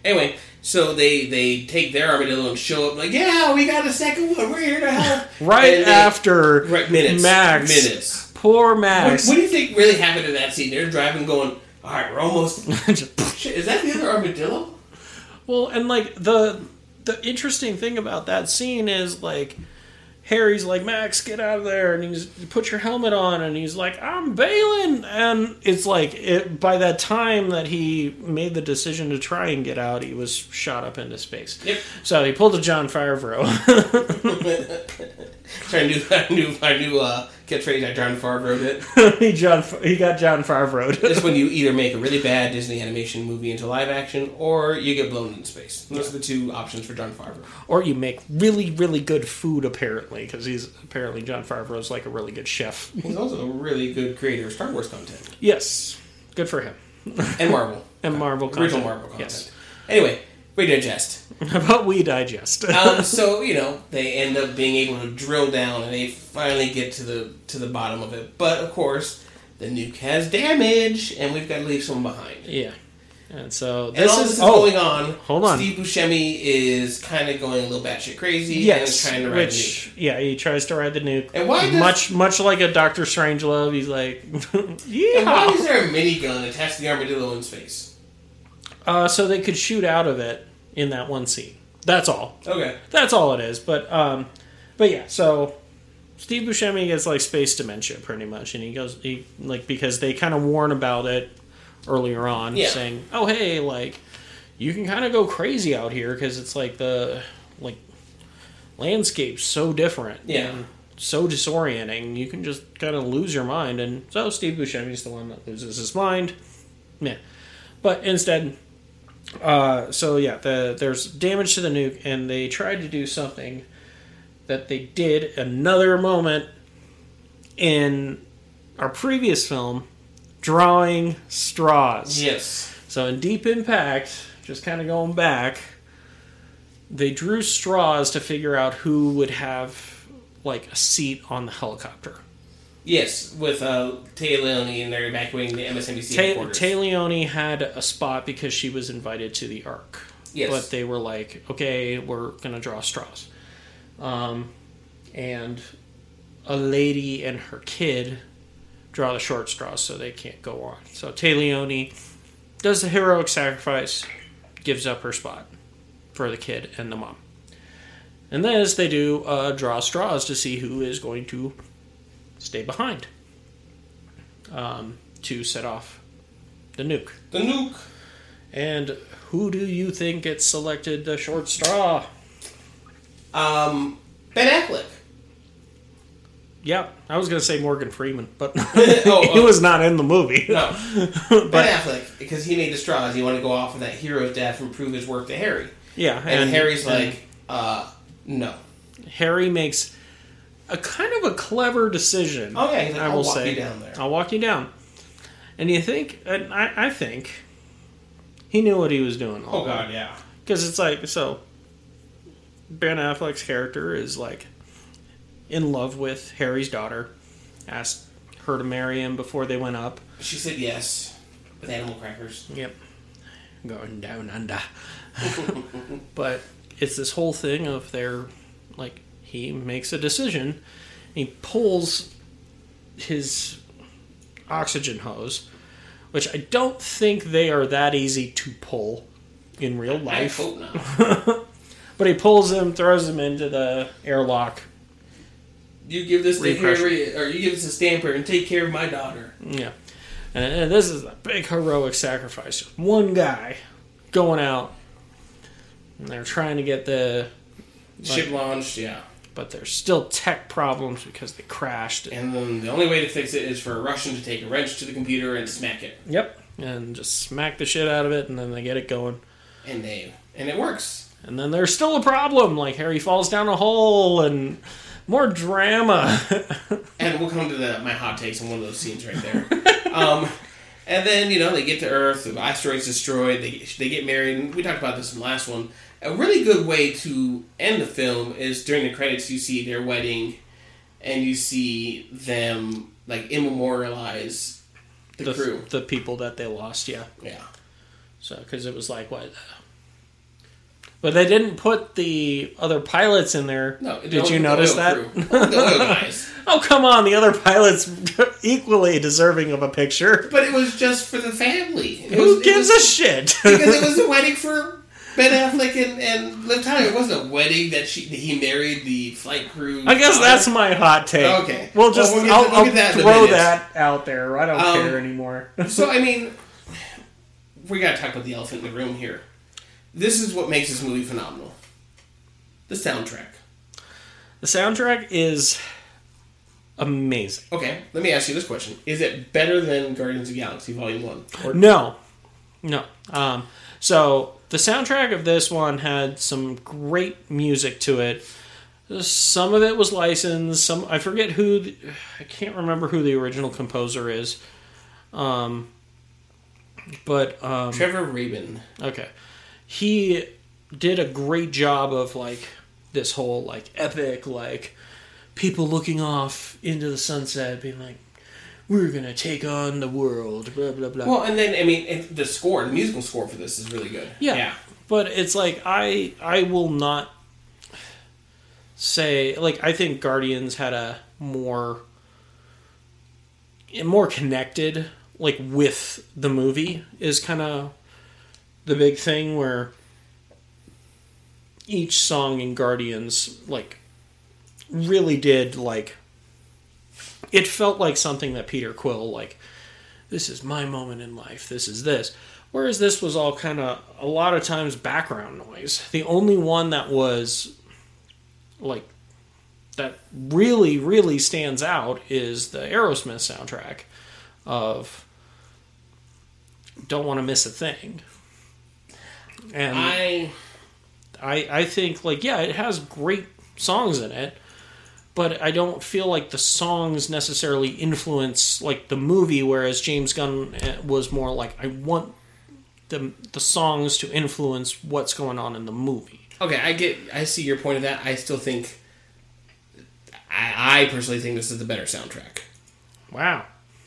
S2: Anyway, so they they take their armadillo and show up like, yeah, we got a second one. We're here to help.
S3: Right
S2: And they-
S3: after
S2: right, minutes,
S3: Max,
S2: minutes.
S3: poor
S2: What,
S3: Max.
S2: what do you think really happened in that scene? They're driving, going, "All right, we're almost." Shit, is that the other armadillo?
S3: Well, and like the the interesting thing about that scene is like Harry's like Max, get out of there, and he's put your helmet on, and he's like I'm bailing, and it's like it by that time that he made the decision to try and get out, he was shot up into space.
S2: Yep.
S3: So he pulled a John Favreau.
S2: Trying to do that new, I knew uh, catchphrase I John Favreau did.
S3: he John he got John Favreau.
S2: It's when you either make a really bad Disney animation movie into live action, or you get blown into space. Those are the two options for John Favreau.
S3: or you make really really good food apparently because he's apparently John Favreau's like a really good chef.
S2: He's also a really good creator of Star Wars content
S3: yes, good for him.
S2: and Marvel,
S3: And Marvel
S2: original
S3: content.
S2: Marvel content.
S3: Yes.
S2: Anyway, we digest.
S3: How about we digest?
S2: um, so you know they end up being able to drill down and they finally get to the to the bottom of it but of course the nuke has damage and we've got to leave someone behind
S3: yeah. And so
S2: and
S3: this
S2: all
S3: is,
S2: this is
S3: oh,
S2: going on
S3: hold on.
S2: steve buscemi is kind of going a little batshit crazy and is
S3: Yes,
S2: trying to ride the nuke
S3: which yeah, he tries to ride the nuke.
S2: And why does-
S3: much much like a Doctor Strangelove, he's like,
S2: and why is
S3: yeah.
S2: there a minigun attached to the armadillo in space
S3: Uh, so they could shoot out of it in that one scene. That's all.
S2: okay
S3: That's all it is. But um, but yeah. So Steve Buscemi gets like space dementia pretty much, and he goes he like because they kind of warn about it earlier on,
S2: Yeah.
S3: saying, "Oh hey, like you can kind of go crazy out here because it's like the like landscape's so different,
S2: Yeah.
S3: and so disorienting. You can just kind of lose your mind." And so Steve Buscemi's the one that loses his mind. Yeah. But instead, uh, so yeah, the, there's damage to the nuke, and they tried to do something that they did another moment in our previous film, drawing straws.
S2: Yes.
S3: So in Deep Impact, just kind of going back, they drew straws to figure out who would have like a seat on the helicopter.
S2: Yes, with uh, Tay Leone and they're evacuating the MSNBC
S3: Ta-
S2: headquarters.
S3: Tay Leone had a spot because she was invited to the Ark.
S2: Yes.
S3: But they were like, okay, we're going to draw straws. Um, and a lady and her kid draw the short straws so they can't go on. So Tay Leone does the heroic sacrifice, gives up her spot for the kid and the mom. And then as they do uh, draw straws to see who is going to stay behind um, to set off the nuke.
S2: the nuke.
S3: And who do you think gets selected the short straw?
S2: Um, ben Affleck.
S3: Yep, I was gonna say Morgan Freeman, but he
S2: oh.
S3: was not in the movie.
S2: No,
S3: but
S2: Ben Affleck, because he made the straws. He wanted to go off on that hero's death and prove his work to Harry.
S3: yeah,
S2: And, Harry's like, uh, no.
S3: Harry makes a kind of a clever decision.
S2: Oh yeah, he's like,
S3: I
S2: I'll
S3: will
S2: walk
S3: say
S2: you down there.
S3: I'll walk you down. And you think, and I, I think, he knew what he was doing. all
S2: Oh god, yeah.
S3: Because it's like so. Ben Affleck's character is like in love with Harry's daughter, asked her to marry him before they went up.
S2: She said yes with animal crackers.
S3: Yep, going down under. but it's this whole thing of their like he makes a decision, and he pulls his oxygen hose, which I don't think they are that easy to pull in real
S2: I
S3: life.
S2: hope not.
S3: But he pulls him, throws him into the airlock.
S2: You give this to
S3: Refresh.
S2: Harry, or you give this to Stamper, and take care of my daughter.
S3: Yeah. And, and this is a big heroic sacrifice. One guy going out, and they're trying to get the.
S2: Ship launched, yeah.
S3: But there's still tech problems because they crashed.
S2: And then the only way to fix it is for a Russian to take a wrench to the computer and smack it.
S3: Yep. And just smack the shit out of it, and then they get it going.
S2: And they and it works.
S3: And then there's still a problem. Like Harry falls down a hole, and more drama.
S2: And we'll come to the, my hot takes in one of those scenes right there. um, and then you know they get to Earth, the asteroid's destroyed. They they get married, and we talked about this in the last one. A really good way to end the film is during the credits you see their wedding, and you see them like immemorialize the,
S3: the,
S2: crew.
S3: the people that they lost, yeah.
S2: Yeah,
S3: So, because it was like what? uh, But they didn't put the other pilots in there.
S2: no. the
S3: did
S2: oil-
S3: you notice
S2: the
S3: that?
S2: oil crew. the oil guys.
S3: Oh come on, the other pilots equally deserving of a picture.
S2: But it was just for the family. It was-
S3: Who
S2: it
S3: gives
S2: was-
S3: a shit?
S2: because it was a wedding for Ben Affleck and, and Liv Tyler. It wasn't a wedding that she that he married the flight crew.
S3: I guess
S2: daughter.
S3: that's my hot take.
S2: Okay.
S3: we'll just
S2: Well, we'll get-
S3: I'll,
S2: we'll
S3: I'll
S2: get that in a
S3: throw
S2: minute.
S3: that out there. I don't
S2: Um,
S3: care anymore.
S2: so. I mean, we got to talk about the elephant in the room here. This is what makes this movie phenomenal. The soundtrack.
S3: the soundtrack is amazing.
S2: Okay, let me ask you this question: Is it better than Guardians of the Galaxy Volume One? Or
S3: No, no. Um, so the soundtrack of this one had some great music to it. Some of it was licensed. Some I forget who. The, I can't remember who the original composer is. Um, but um,
S2: Trevor Rabin.
S3: okay, he did a great job of like this whole like epic like people looking off into the sunset, being like, "We're gonna take on the world." Blah blah blah.
S2: Well, and then I mean, it, the score, the musical score for this is really good.
S3: Yeah.
S2: yeah.
S3: But it's like I I will not say like I think Guardians had a more more connected like with the movie is kind of the big thing where each song in Guardians like really did like it felt like something that Peter Quill like this is my moment in life this is this whereas this was all kind of a lot of times background noise the only one that was like that really really stands out is the aerosmith soundtrack of don't want to miss a thing. And I,
S2: I
S3: I, think like yeah, it has great songs in it, but I don't feel like the songs necessarily influence like the movie. Whereas James Gunn eh, was more like I want the the songs to influence what's going on in the movie.
S2: okay, I get, I see your point of that. I still think, I, I personally think this is the better soundtrack.
S3: Wow.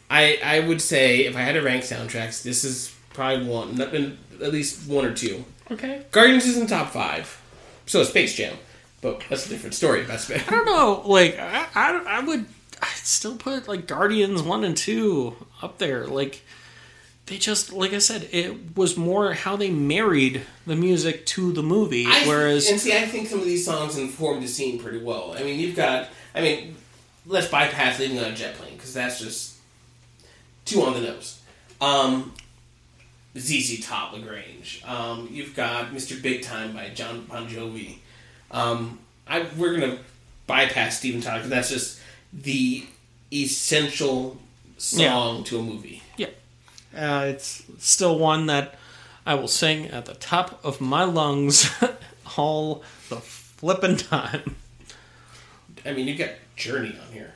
S2: I I would say if I had to rank soundtracks, this is probably one, not- at least one or two.
S3: Okay.
S2: Guardians is in top five, so is Space Jam, but that's a different story. That's fair.
S3: I don't know. Like I, I, I would I'd still put like Guardians one and two up there. Like they just like I said, it was more how they married the music to the movie.
S2: I-
S3: whereas
S2: and see, I think some of these songs inform the scene pretty well. I mean, you've got, I mean, let's bypass leaving on a jet plane because that's just too on the nose. Um, ZZ Top Lagrange. Um, you've got Mr. Big Time by John Bon Jovi. Um, I we're gonna bypass Steven Tyler 'cause that's just the essential song to a movie.
S3: yeah, uh, it's still one that I will sing at the top of my lungs all the flippin' time.
S2: I mean, you've got Journey on here.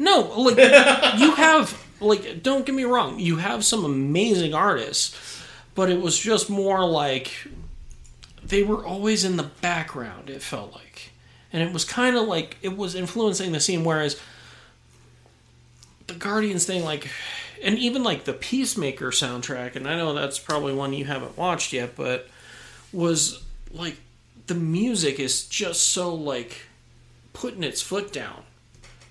S3: No, like you have like don't get me wrong, you have some amazing artists, but it was just more like they were always in the background, it felt like. And it was kind of like it was influencing the scene whereas the Guardians thing like and even like the Peacemaker soundtrack, and I know that's probably one you haven't watched yet, but was like the music is just so like putting its foot down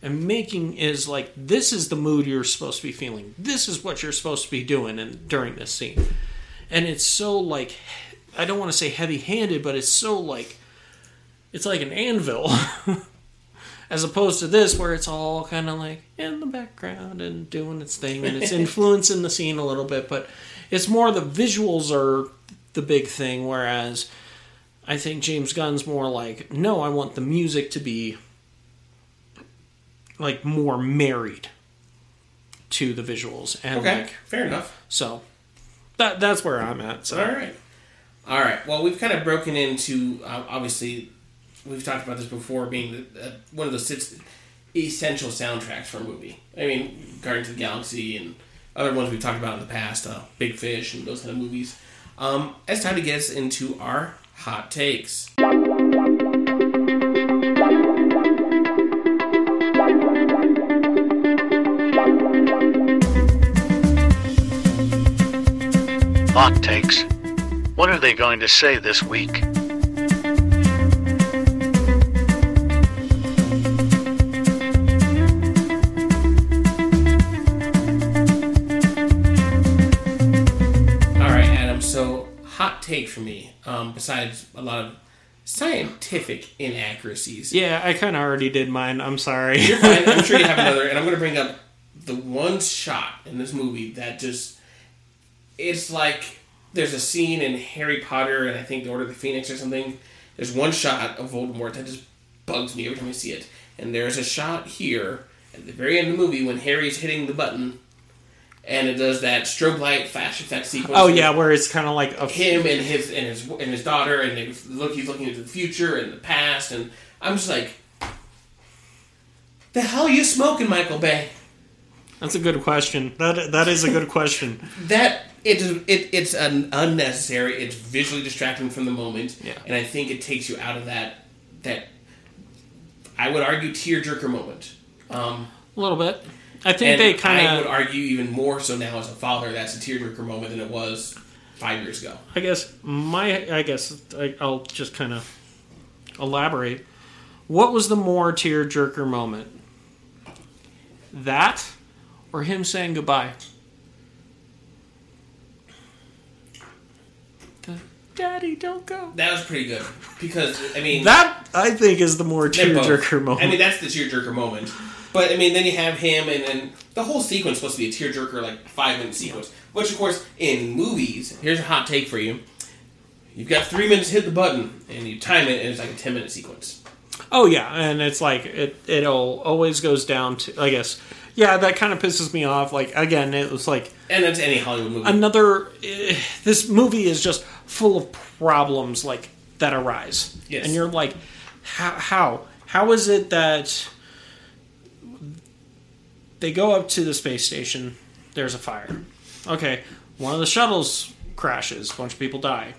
S3: and making is like this is the mood you're supposed to be feeling this is what you're supposed to be doing and during this scene and it's so like i don't want to say heavy handed but it's so like it's like an anvil as opposed to this where it's all kind of like in the background and doing its thing and it's influencing the scene a little bit but it's more the visuals are the big thing whereas i think james gunn's more like no i want the music to be like more married to the visuals and
S2: Okay,
S3: like
S2: fair enough.
S3: so that that's where i'm at so
S2: All right. All right. Well, we've kind of broken into uh, obviously we've talked about this before being the, uh, one of the six essential soundtracks for a movie. I mean, Guardians of the Galaxy and other ones we've talked about in the past, uh, Big Fish and those kind of movies. Um, it's time to get us into our hot takes.
S4: Hot takes. What are they going to say this week?
S2: All right, Adam. So, hot take for me. Um, besides a lot of scientific inaccuracies,
S3: yeah i kind of already did mine i'm sorry
S2: You're fine. I'm sure you have another, and I'm going to bring up the one shot in this movie that just. It's like there's a scene in Harry Potter and I think The Order of the Phoenix or something. There's one shot of Voldemort that just bugs me every time I see it. And there's a shot here at the very end of the movie when Harry's hitting the button and it does that strobe light flash effect sequence.
S3: oh yeah where it's kind of like a
S2: Him and his and his and his daughter and they look he's looking into the future and the past and I'm just like the hell you smoking, Michael Bay?
S3: that's a good question that that is a good question
S2: That it is it, it's an unnecessary. It's visually distracting from the moment,
S3: Yeah.
S2: and I think it takes you out of that that I would argue tearjerker moment. Um,
S3: a little bit i think
S2: and
S3: they
S2: I
S3: kind
S2: would
S3: of
S2: argue even more so now as a father. That's a tearjerker moment than it was five years ago.
S3: i guess my i guess I, i'll just kind of elaborate what was the more tear jerker moment that or him saying goodbye The daddy don't go
S2: That was pretty good because I mean
S3: That I think is the more
S2: They're both.
S3: tearjerker moment.
S2: I mean, that's the tearjerker moment. But I mean, then you have him, and then the whole sequence is supposed to be a tearjerker, like five minute sequence. Which, of course, in movies, here's a hot take for you: you've got three minutes to hit the button, and you time it, and it's like a ten minute sequence.
S3: oh yeah, and it's like it it'll always goes down to I guess yeah, that kind of pisses me off. Like again, it was like
S2: And it's any Hollywood movie.
S3: another. eh, this movie is just full of problems like that arise,
S2: Yes.
S3: and you're like, how how how is it that they go up to the space station? There's a fire. Okay, one of the shuttles crashes. A bunch of people die.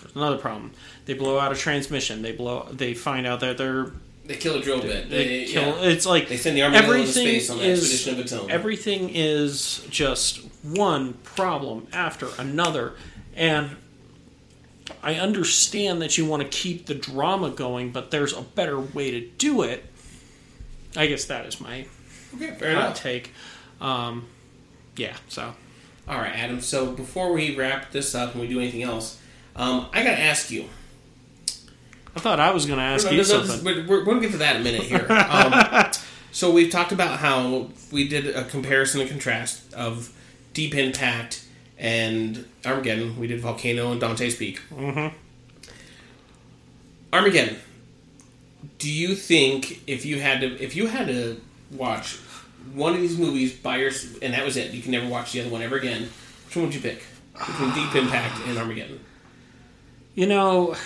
S3: There's another problem. They blow out a transmission. They blow. They find out that they're
S2: they kill a drill bit. They,
S3: they kill.
S2: yeah.
S3: It's like
S2: They send the army out into
S3: everything
S2: space on the
S3: is
S2: expedition of its own.
S3: everything is just one problem after another, and I understand that you want to keep the drama going, but there's a better way to do it. I guess that is my
S2: okay, fair
S3: hot
S2: enough.
S3: take. Um, yeah, so
S2: All right, Adam. So before we wrap this up and we do anything else, um, I gotta ask you.
S3: I thought I was going to ask
S2: No,
S3: you
S2: no, no, this-
S3: something.
S2: we're, we're going to get to that in a minute here. Um, so we've talked about how we did a comparison and contrast of Deep Impact and Armageddon. We did Volcano and Dante's Peak. Mm-hmm. Armageddon. Do you think if you had to if you had to watch one of these movies by your and that was it, you can never watch the other one ever again? Which one would you pick between Deep Impact and Armageddon?
S3: You know,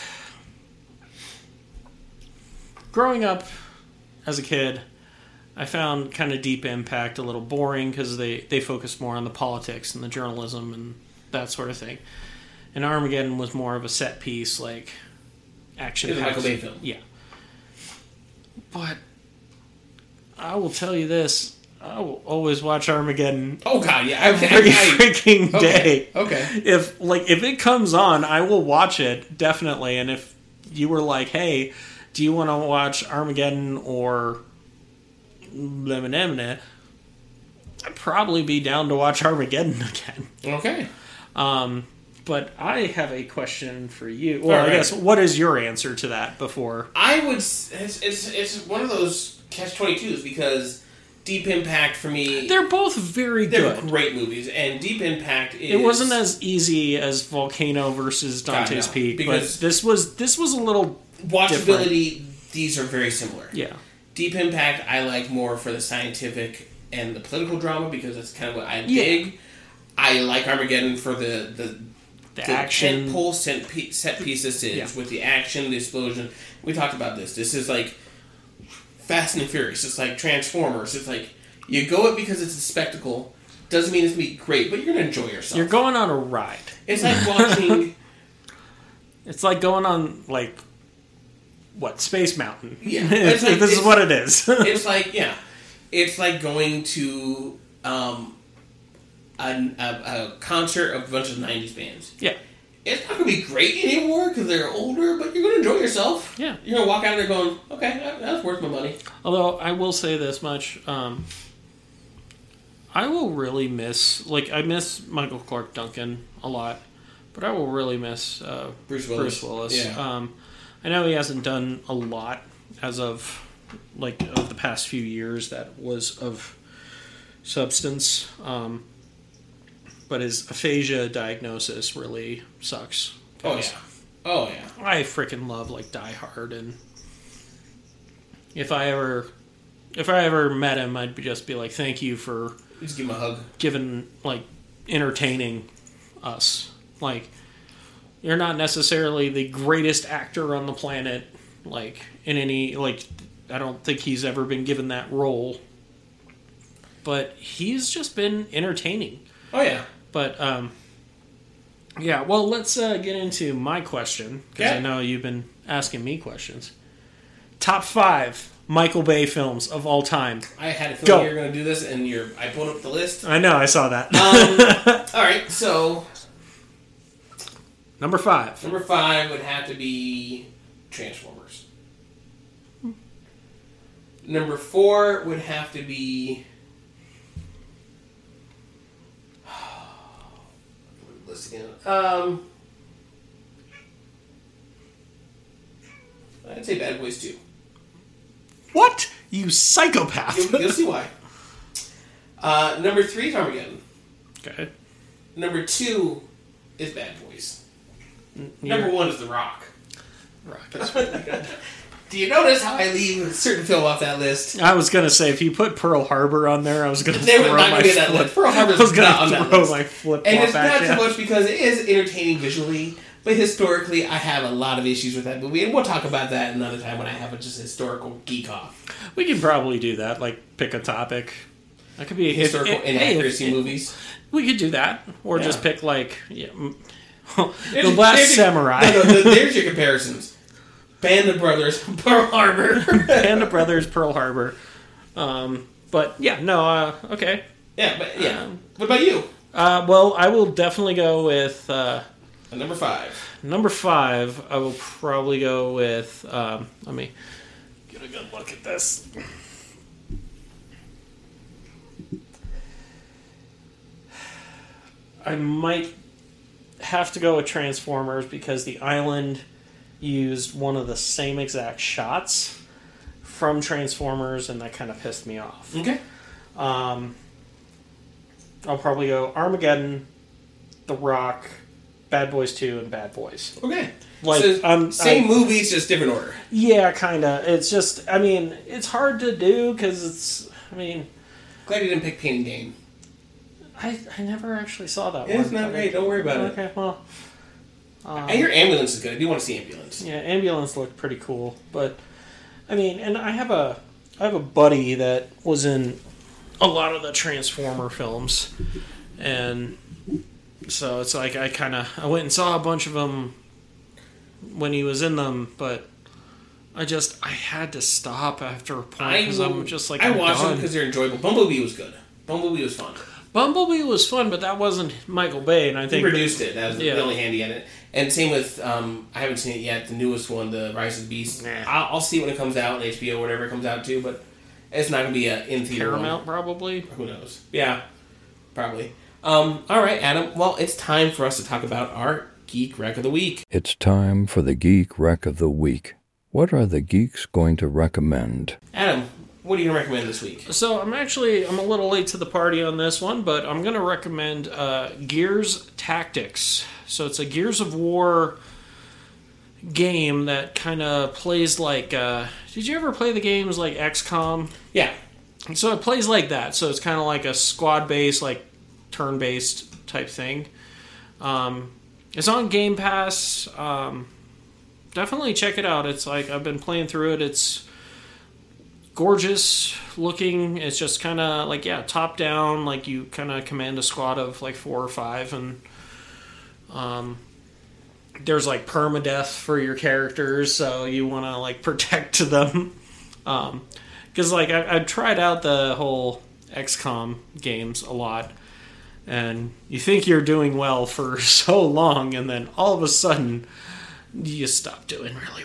S3: growing up as a kid, I found kind of Deep Impact a little boring because they, they focused more on the politics and the journalism and that sort of thing. And Armageddon was more of a set piece, like action.
S2: It was a Michael Bay film.
S3: Yeah. But I will tell you this I will always watch Armageddon
S2: Oh God, yeah, I,
S3: every
S2: I,
S3: freaking
S2: I,
S3: day
S2: okay, okay.
S3: if like if it comes on, I will watch it definitely. And if you were like, "Hey, do you want to watch Armageddon or Lemonade?" I'd probably be down to watch Armageddon again.
S2: Okay.
S3: Um, but I have a question for you. Well,
S2: All
S3: I
S2: right.
S3: guess what is your answer to that? Before
S2: I would. s- It's it's, it's one of those catch twenty twos because Deep Impact for me,
S3: they're both very
S2: they're
S3: good.
S2: great movies, and Deep Impact is
S3: It wasn't as easy as Volcano versus Dante's
S2: no,
S3: Peak, but
S2: because-
S3: this was this was a little
S2: watchability. These are very similar.
S3: yeah.
S2: Deep Impact I like more for the scientific and the political drama because that's kind of what I
S3: Yeah.
S2: dig. I like Armageddon for the the,
S3: The,
S2: the
S3: action
S2: pull set, pe- set piece this is
S3: Yeah.
S2: with the action, the explosion. We talked about this. This is like Fast and Furious. It's like Transformers. It's like you go it because it's a spectacle. Doesn't mean it's gonna be great, but you're gonna enjoy yourself.
S3: You're going on a ride.
S2: it's like watching.
S3: It's like going on like what Space Mountain.
S2: Yeah,
S3: If-
S2: it's like-
S3: if this is
S2: it's-
S3: what it is.
S2: it's like yeah, it's like going to um, an, a, a concert of a bunch of '90s bands.
S3: yeah,
S2: It's not gonna be great anymore because they're older, but you're gonna enjoy yourself.
S3: Yeah.
S2: you're gonna walk out of there going, okay, that, that was worth my money.
S3: Although I will say this much, um, I will really miss like I miss Michael Clark Duncan a lot, but I will really miss uh,
S2: Bruce Willis.
S3: Bruce Willis.
S2: Yeah.
S3: Um, I know he hasn't done a lot as of like of the past few years that was of substance, um, but his aphasia diagnosis really sucks.
S2: Oh yeah, oh yeah.
S3: I freaking love like Die Hard, and if I ever, if I ever met him, I'd be- just be like, "Thank you for
S2: Just give him a hug.
S3: giving like entertaining us. Like, you're not necessarily the greatest actor on the planet. Like in any like, I don't think he's ever been given that role, but he's just been entertaining.
S2: Oh yeah.
S3: But um, yeah, well, let's uh, get into my question because
S2: Okay.
S3: I know you've been asking me questions. Top five Michael Bay films of all time.
S2: I had a feeling
S3: Go.
S2: you were gonna do this, and you're. I pulled up the list.
S3: I know, I saw that.
S2: All right, so
S3: Number five.
S2: number five would have to be Transformers. Number four would have to be. List again. Um, I'd say Bad Boys Two.
S3: What? You psychopath.
S2: You'll, you'll see why. Uh, number three is Armageddon.
S3: okay.
S2: Number two is Bad Boys.
S3: You're-
S2: Number one is The Rock.
S3: Rock is-
S2: Do you notice how I leave a certain film off that list?
S3: I was gonna say if you put Pearl Harbor on there, I was gonna
S2: They
S3: throw
S2: were not going to
S3: my
S2: be on that
S3: flip.
S2: list. Pearl
S3: I
S2: Harbor's
S3: was gonna
S2: not on that
S3: throw
S2: list.
S3: my flip
S2: And
S3: flop
S2: it's not
S3: at
S2: so
S3: ya.
S2: much because it is entertaining visually, but historically, I have a lot of issues with that movie, and we'll talk about that another time when I have a just historical geek off.
S3: We can probably do that. Like pick a topic. That could be if-
S2: Historical
S3: if- hey, if-
S2: inaccuracy movies.
S3: We could do that, or just
S2: Yeah.
S3: pick like yeah, m-
S2: There's-
S3: the Last
S2: there's your-
S3: Samurai
S2: No, no, no, there's your comparisons. Band of Brothers, Pearl Harbor.
S3: and the Brothers Pearl Harbor. Um, but yeah, no, uh, okay.
S2: yeah, but yeah.
S3: Um,
S2: What about you?
S3: Uh, well, I will definitely go with uh,
S2: Number five.
S3: number five. I will probably go with. Um, let me get a good look at this. I might have to go with Transformers because the island used one of the same exact shots from Transformers, and that kind of pissed me off.
S2: Okay.
S3: Um, I'll probably go Armageddon, The Rock, Bad Boys Two, and Bad Boys.
S2: Okay.
S3: Like, um,
S2: so,
S3: I'm-
S2: same
S3: I'm-
S2: movies, just different order.
S3: Yeah, kind of. It's just, I mean, it's hard to do because it's. I mean,
S2: Glad you didn't pick Pain and Gain.
S3: I I never actually saw that one.
S2: It's not great. Don't worry about it.
S3: Okay, well,
S2: I hear Ambulance is good. I do want to see Ambulance.
S3: yeah, ambulance looked pretty cool, but I mean, and I have a I have a buddy that was in a lot of the Transformer films, and so it's like I kind of I went and saw a bunch of them when he was in them, but I just I had to stop after a point because I'm just like
S2: I
S3: I'm
S2: watch them
S3: done.
S2: because they're enjoyable. Bumblebee was good. Bumblebee was fun.
S3: Bumblebee was fun, but that wasn't Michael Bay, and I
S2: He
S3: think
S2: produced it. That was
S3: Yeah.
S2: the only hand he had it. And same with um, I haven't seen it yet. The newest one, The Rise of the Beast.
S3: Nah.
S2: I'll, I'll see when it comes out, HBO, whatever it comes out to. But it's not gonna be a in theater one.
S3: Paramount probably.
S2: Who knows? Yeah, probably. Um, all right, Adam. Well, it's time for us to talk about our geek wreck of the week.
S1: It's time for the Geek Wreck of the Week. What are the geeks going to recommend?
S2: Adam, what are you gonna recommend this week?
S3: So I'm actually I'm a little late to the party on this one, but I'm going to recommend uh, Gears Tactics. So it's a Gears of War game that kind of plays like. Uh, did you ever play the games like XCOM?
S2: Yeah,
S3: So it plays like that. So it's kind of like a squad based, like turn based type thing. Um, it's on Game Pass. Um, definitely check it out. It's like I've been playing through it. It's gorgeous looking. It's just kind of like yeah, top down. Like you kind of command a squad of like four or five, and um, there's like permadeath for your characters, so you want to like protect them. Um, because like I, I've tried out the whole XCOM games a lot, and you think you're doing well for so long, and then all of a sudden you stop doing really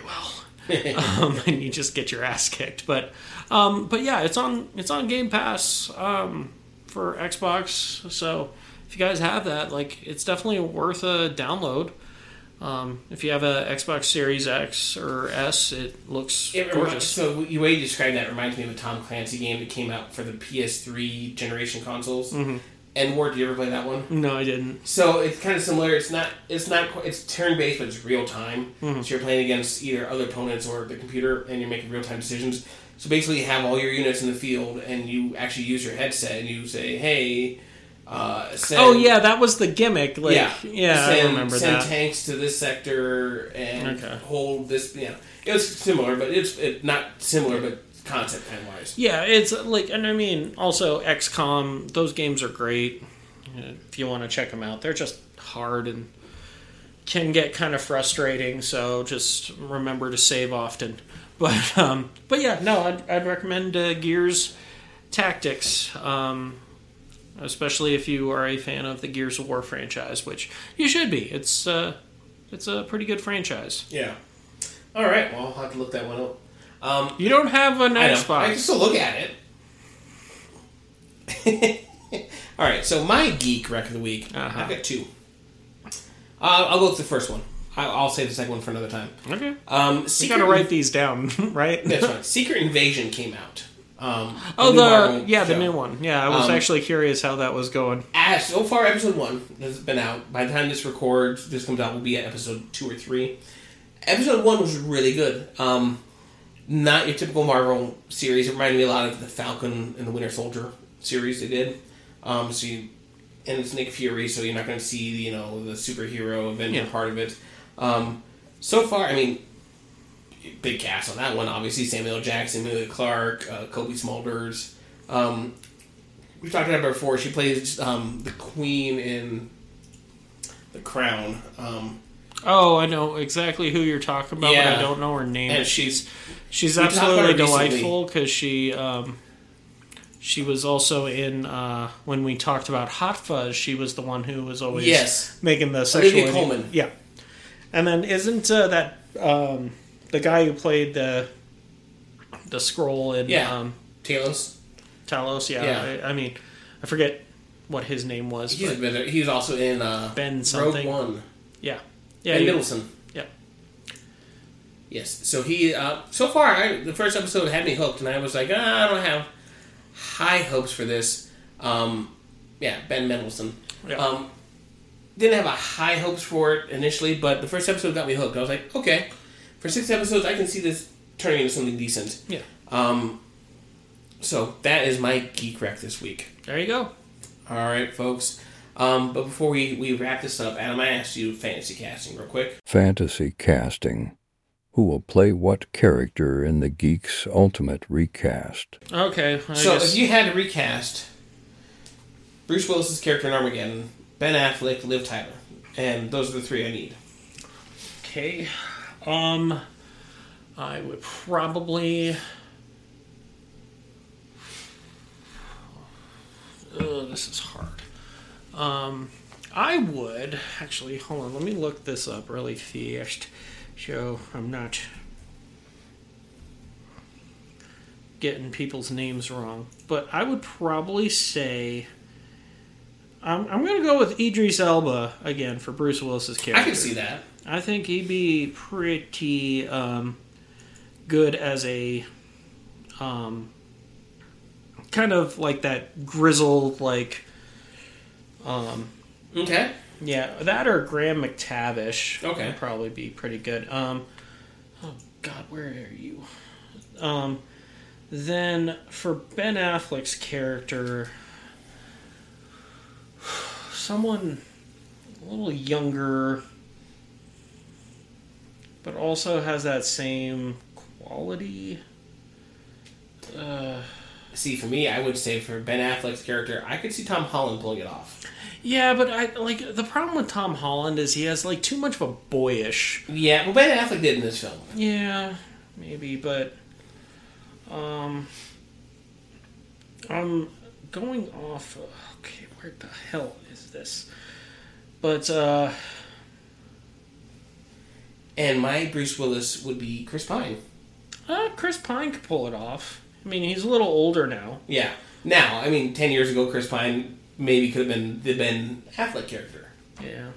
S3: well, um, and you just get your ass kicked. But um, but yeah, it's on it's on Game Pass um, for Xbox, so if you guys have that, like it's definitely worth a download. Um, if you have a Xbox Series X or S, it looks
S2: it reminds,
S3: gorgeous.
S2: so the way you described that reminds me of a Tom Clancy game that came out for the PS3 generation consoles.
S3: Mm-hmm.
S2: And Ward, did you ever play that one?
S3: No, I didn't.
S2: So it's kind of similar. It's not. It's not. qu- It's turn based, but it's real time.
S3: Mm-hmm.
S2: So you're playing against either other opponents or the computer, and you're making real time decisions. So basically, you have all your units in the field, and you actually use your headset, and you say, "Hey, uh, send,
S3: Oh yeah, that was the gimmick. Like,
S2: yeah,
S3: yeah, I
S2: send-
S3: remember
S2: send
S3: that.
S2: tanks to this sector and
S3: Okay.
S2: hold this." Yeah, it was similar, but it's it, not similar, but concept kind of wise.
S3: yeah, it's like, and I mean, also XCOM. Those games are great. uh, If you want to check them out, they're just hard and can get kind of frustrating. So just remember to save often. But um, but yeah, no, I'd, I'd recommend uh, Gears Tactics. Um, especially if you are a fan of the Gears of War franchise, which you should be. It's uh, it's a pretty good franchise.
S2: Yeah. All right. Well, I'll have to look that one up. Um,
S3: You don't have an
S2: I, know.
S3: Xbox.
S2: I can still look at it. All right, so my geek wreck of the week.
S3: Uh-huh.
S2: I've got two. Uh, I'll go with the first one. I- I'll save the second one for another time.
S3: Okay.
S2: Um,
S3: You
S2: Secret
S3: gotta write these down, right?
S2: That's right. Secret Invasion came out. Um,
S3: oh,
S2: new
S3: the
S2: Marvel
S3: yeah, the
S2: show.
S3: new one. Yeah, I was
S2: Um,
S3: actually curious how that was going.
S2: As, so far, episode one has been out. By the time this records, this comes out, we'll be at episode two or three. Episode one was really good. Um, not your typical Marvel series. It reminded me a lot of the Falcon and the Winter Soldier series they did. Um, so you, and it's Nick Fury, so you're not going to see you know the superhero Avenger
S3: Yeah.
S2: part of it. Um, so far, I mean, big cast on that one. Obviously, Samuel Jackson, Amelia Clark, uh, Kobe Smulders. Um, we talked about her before. She plays um, the queen in The Crown. Um,
S3: Oh, I know exactly who you're talking about, but
S2: Yeah.
S3: I don't know her name.
S2: and
S3: She-
S2: she's
S3: she's
S2: we talked about
S3: absolutely
S2: her recently.
S3: delightful because she um, she was also in uh, when we talked about Hot Fuzz. She was the one who was always
S2: Yes.
S3: making the sexual
S2: Olivia Colman.
S3: Yeah, and then isn't uh, that um, the guy who played the the scroll in
S2: Yeah.
S3: um,
S2: Talos.
S3: Talos? Yeah,
S2: Yeah.
S3: I, I mean, I forget what his name was.
S2: He's, a
S3: But
S2: bit, he's also in uh,
S3: Ben
S2: Rogue
S3: something.
S2: One.
S3: yeah, yeah,
S2: Ben
S3: he-
S2: Middleton.
S3: yeah.
S2: Yes. So he. Uh, so far, I, the first episode had me hooked, and I was like, ah, I don't have high hopes for this. Um, yeah, Ben Mendelsohn.
S3: Yeah.
S2: Um, didn't have a high hopes for it initially, but the first episode got me hooked. I was like, okay, for six episodes, I can see this turning into something decent.
S3: Yeah,
S2: Um, so that is my geek wreck this week.
S3: there you go.
S2: All right, folks. Um, but before we, we wrap this up, Adam, I asked you fantasy casting real quick.
S1: Fantasy casting. Who will play what character in the Geek's Ultimate recast?
S3: Okay, I
S2: so
S3: guess-
S2: if you had to recast Bruce Willis's character in Armageddon, Ben Affleck, Liv Tyler, and those are the three I need.
S3: Okay. Um, I would probably. Oh, this is hard. Um, I would actually hold on. Let me look this up really fast, so I'm not getting people's names wrong. But I would probably say. I'm, I'm going to go with Idris Elba again for Bruce Willis's character.
S2: I can see that.
S3: I think he'd be pretty um, good as a um, kind of like that grizzled, like um,
S2: Okay.
S3: yeah, that or Graham McTavish.
S2: Okay.
S3: would probably be pretty good. Um, oh God, where are you? Um, then for Ben Affleck's character, someone a little younger, but also has that same quality. Uh,
S2: See, for me, I would say for Ben Affleck's character, I could see Tom Holland pulling it off.
S3: yeah, but I like the problem with Tom Holland is he has like too much of a boyish
S2: Yeah, well, Ben Affleck did in this film.
S3: Yeah, maybe, but um, I'm going off. Okay, where the hell is this? But uh,
S2: And my Bruce Willis would be Chris Pine.
S3: uh Chris Pine could pull it off. I mean, he's a little older now.
S2: Yeah. Now, I mean, 10 years ago, Chris Pine maybe could have been the Ben Affleck character.
S3: Yeah.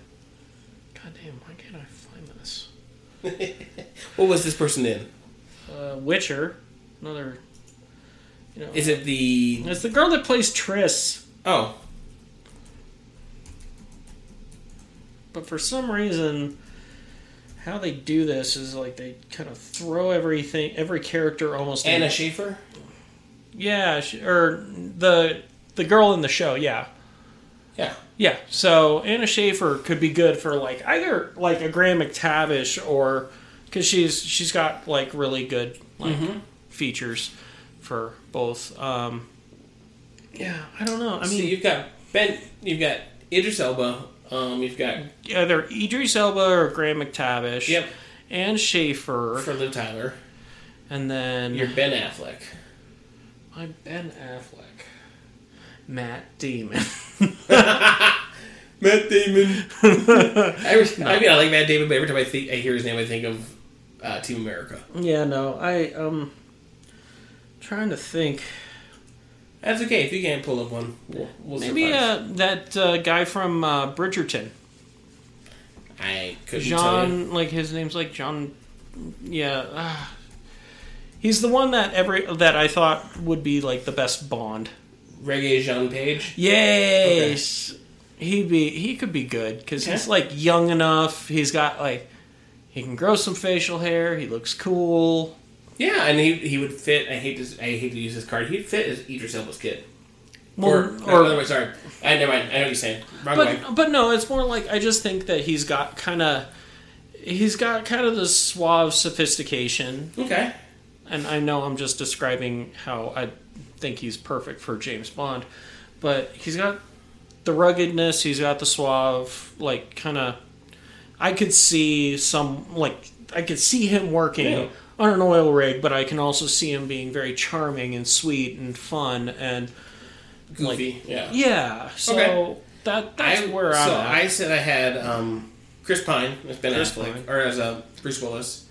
S3: God damn, why can't I find this?
S2: What was this person in?
S3: Uh, Witcher, another. You know,
S2: Is it the.
S3: It's the girl that plays Triss,
S2: Oh,
S3: but for some reason. How they do this is like they kind of throw everything, every character almost. in-
S2: Anna Schaefer?
S3: Yeah, sh or the the girl in the show. Yeah,
S2: Yeah.
S3: yeah. So Anna Schaefer could be good for like either like a Graham McTavish or because she's she's got like really good like
S2: Mm-hmm.
S3: features for both. Um, yeah, I don't know. I
S2: I mean,
S3: mean,
S2: you've got Ben, you've got Idris Elba, um, you've got
S3: either Idris Elba or Graham McTavish.
S2: Yep.
S3: And Schaefer,
S2: for Liv Tyler,
S3: and then
S2: you're Ben Affleck.
S3: my Ben Affleck, Matt Damon.
S2: Matt Damon. I, was- I mean, I like Matt Damon, but every time I think I hear his name, I think of uh, Team America.
S3: yeah, no, I um, trying to think.
S2: That's okay if you can't pull up one. We'll, we'll
S3: Maybe
S2: surprise.
S3: uh, that uh, guy from uh, Bridgerton, uh,
S2: I couldn't tell you.
S3: John. Like his name's like John. Yeah, ah. he's the one that every that I thought would be like the best Bond.
S2: Reggae Jean Page.
S3: Yes, he'd be he could be good because he's
S2: Okay.
S3: like young enough. He's got like he can grow some facial hair. He looks cool.
S2: Yeah, and he, he would fit. I hate to I hate to use this card. He'd fit as Idris Elba's kid. or
S3: Well,
S2: or
S3: or-
S2: other way. Sorry, I never mind. I know what you're saying. Wrong way.
S3: But but no, it's more like I just think that he's got kind of he's got kind of this suave sophistication,
S2: Okay.
S3: and I know I'm just describing how I think he's perfect for James Bond, but he's got the ruggedness, he's got the suave, like kind of. I could see some like I could see him working.
S2: Yeah.
S3: On an oil rig, but I can also see him being very charming and sweet and fun and
S2: Goofy. yeah.
S3: yeah. So
S2: Okay.
S3: that that's
S2: I,
S3: where I'm
S2: so
S3: at.
S2: I said I had um, Chris Pine as Ben
S3: Chris
S2: Affleck,
S3: Pine.
S2: or as uh, Bruce Willis.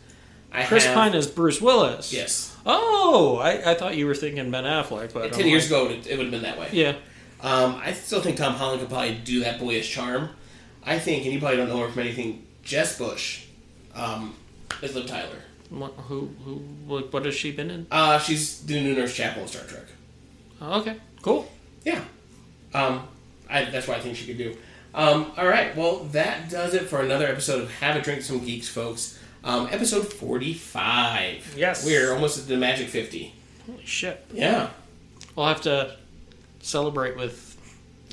S2: I
S3: Chris
S2: have-
S3: Pine is Bruce Willis.
S2: Yes.
S3: Oh, I, I thought you were thinking Ben Affleck, but
S2: Ten
S3: I'm
S2: years
S3: like-
S2: ago, it, it would have been that way.
S3: Yeah.
S2: Um, I still think Tom Holland could probably do that boyish charm. I think, and you probably don't know her from anything. Jess Bush um, is Liv Tyler.
S3: What, who who what, what has she been in?
S2: Uh, she's the new Nurse Chapel in Star Trek.
S3: Oh, okay, cool.
S2: Yeah. Um, I, that's what I think she could do. Um, all right. Well, that does it for another episode of Have a Drink with Some Geeks, folks. Um, episode 45.
S3: Yes.
S2: We're almost at the magic 50.
S3: Holy shit!
S2: Yeah.
S3: We'll have to celebrate with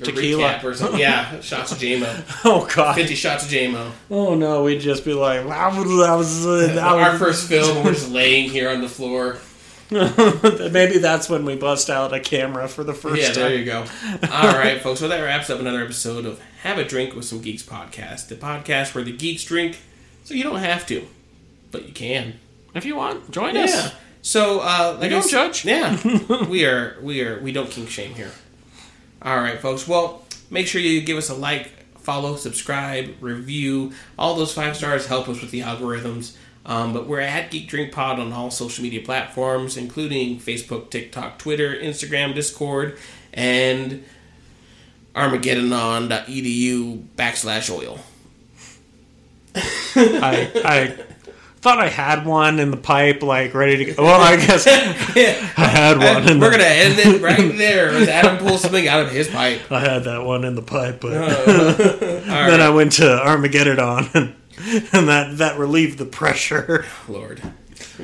S2: A
S3: Tequila.
S2: recap or something. Yeah. Shots of JMO.
S3: oh god.
S2: 50 shots of JMO.
S3: Oh no, we'd just be like,
S2: Our first film, and we're just laying here on the floor.
S3: maybe that's when we bust out a camera for the first
S2: yeah,
S3: time.
S2: there you go. All right, folks. Well, that wraps up another episode of Have a Drink with Some Geeks podcast, the podcast where the geeks drink, so you don't have to, but you can.
S3: If you want, join
S2: Yeah.
S3: us.
S2: So uh, like I
S3: don't
S2: s-
S3: judge.
S2: Yeah, we are we are we don't kink shame here. All right, folks. Well, make sure you give us a like, follow, subscribe, review. All those five stars help us with the algorithms. Um, but we're at Geek Drink Pod on all social media platforms, including Facebook, TikTok, Twitter, Instagram, Discord, and Armageddonon.edu E backslash oil.
S3: I I thought I had one in the pipe, like ready to. go. Well, I guess I had one.
S2: And
S3: in
S2: we're
S3: the-
S2: gonna end it right there as Adam pulls something out of his pipe.
S3: I had that one in the pipe, but
S2: Oh. All
S3: then
S2: right.
S3: I went to Armageddon on, and, and that that relieved the pressure.
S2: Lord.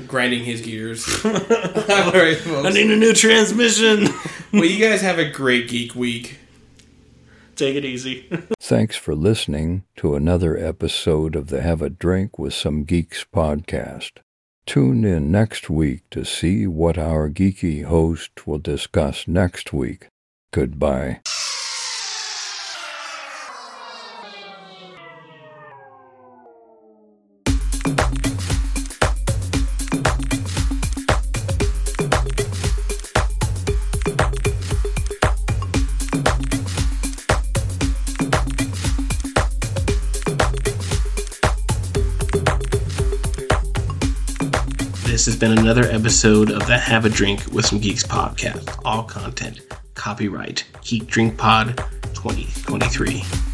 S2: Grinding his gears. All right,
S3: I
S2: folks.
S3: need a new transmission.
S2: Well, you guys have a great geek week.
S3: Take it easy.
S1: Thanks for listening to another episode of the Have a Drink with Some Geeks podcast. Tune in next week to see what our geeky host will discuss next week. Goodbye.
S2: This has been another episode of the Have a Drink with Some Geeks podcast. All content, copyright, Geek Drink Pod 2023.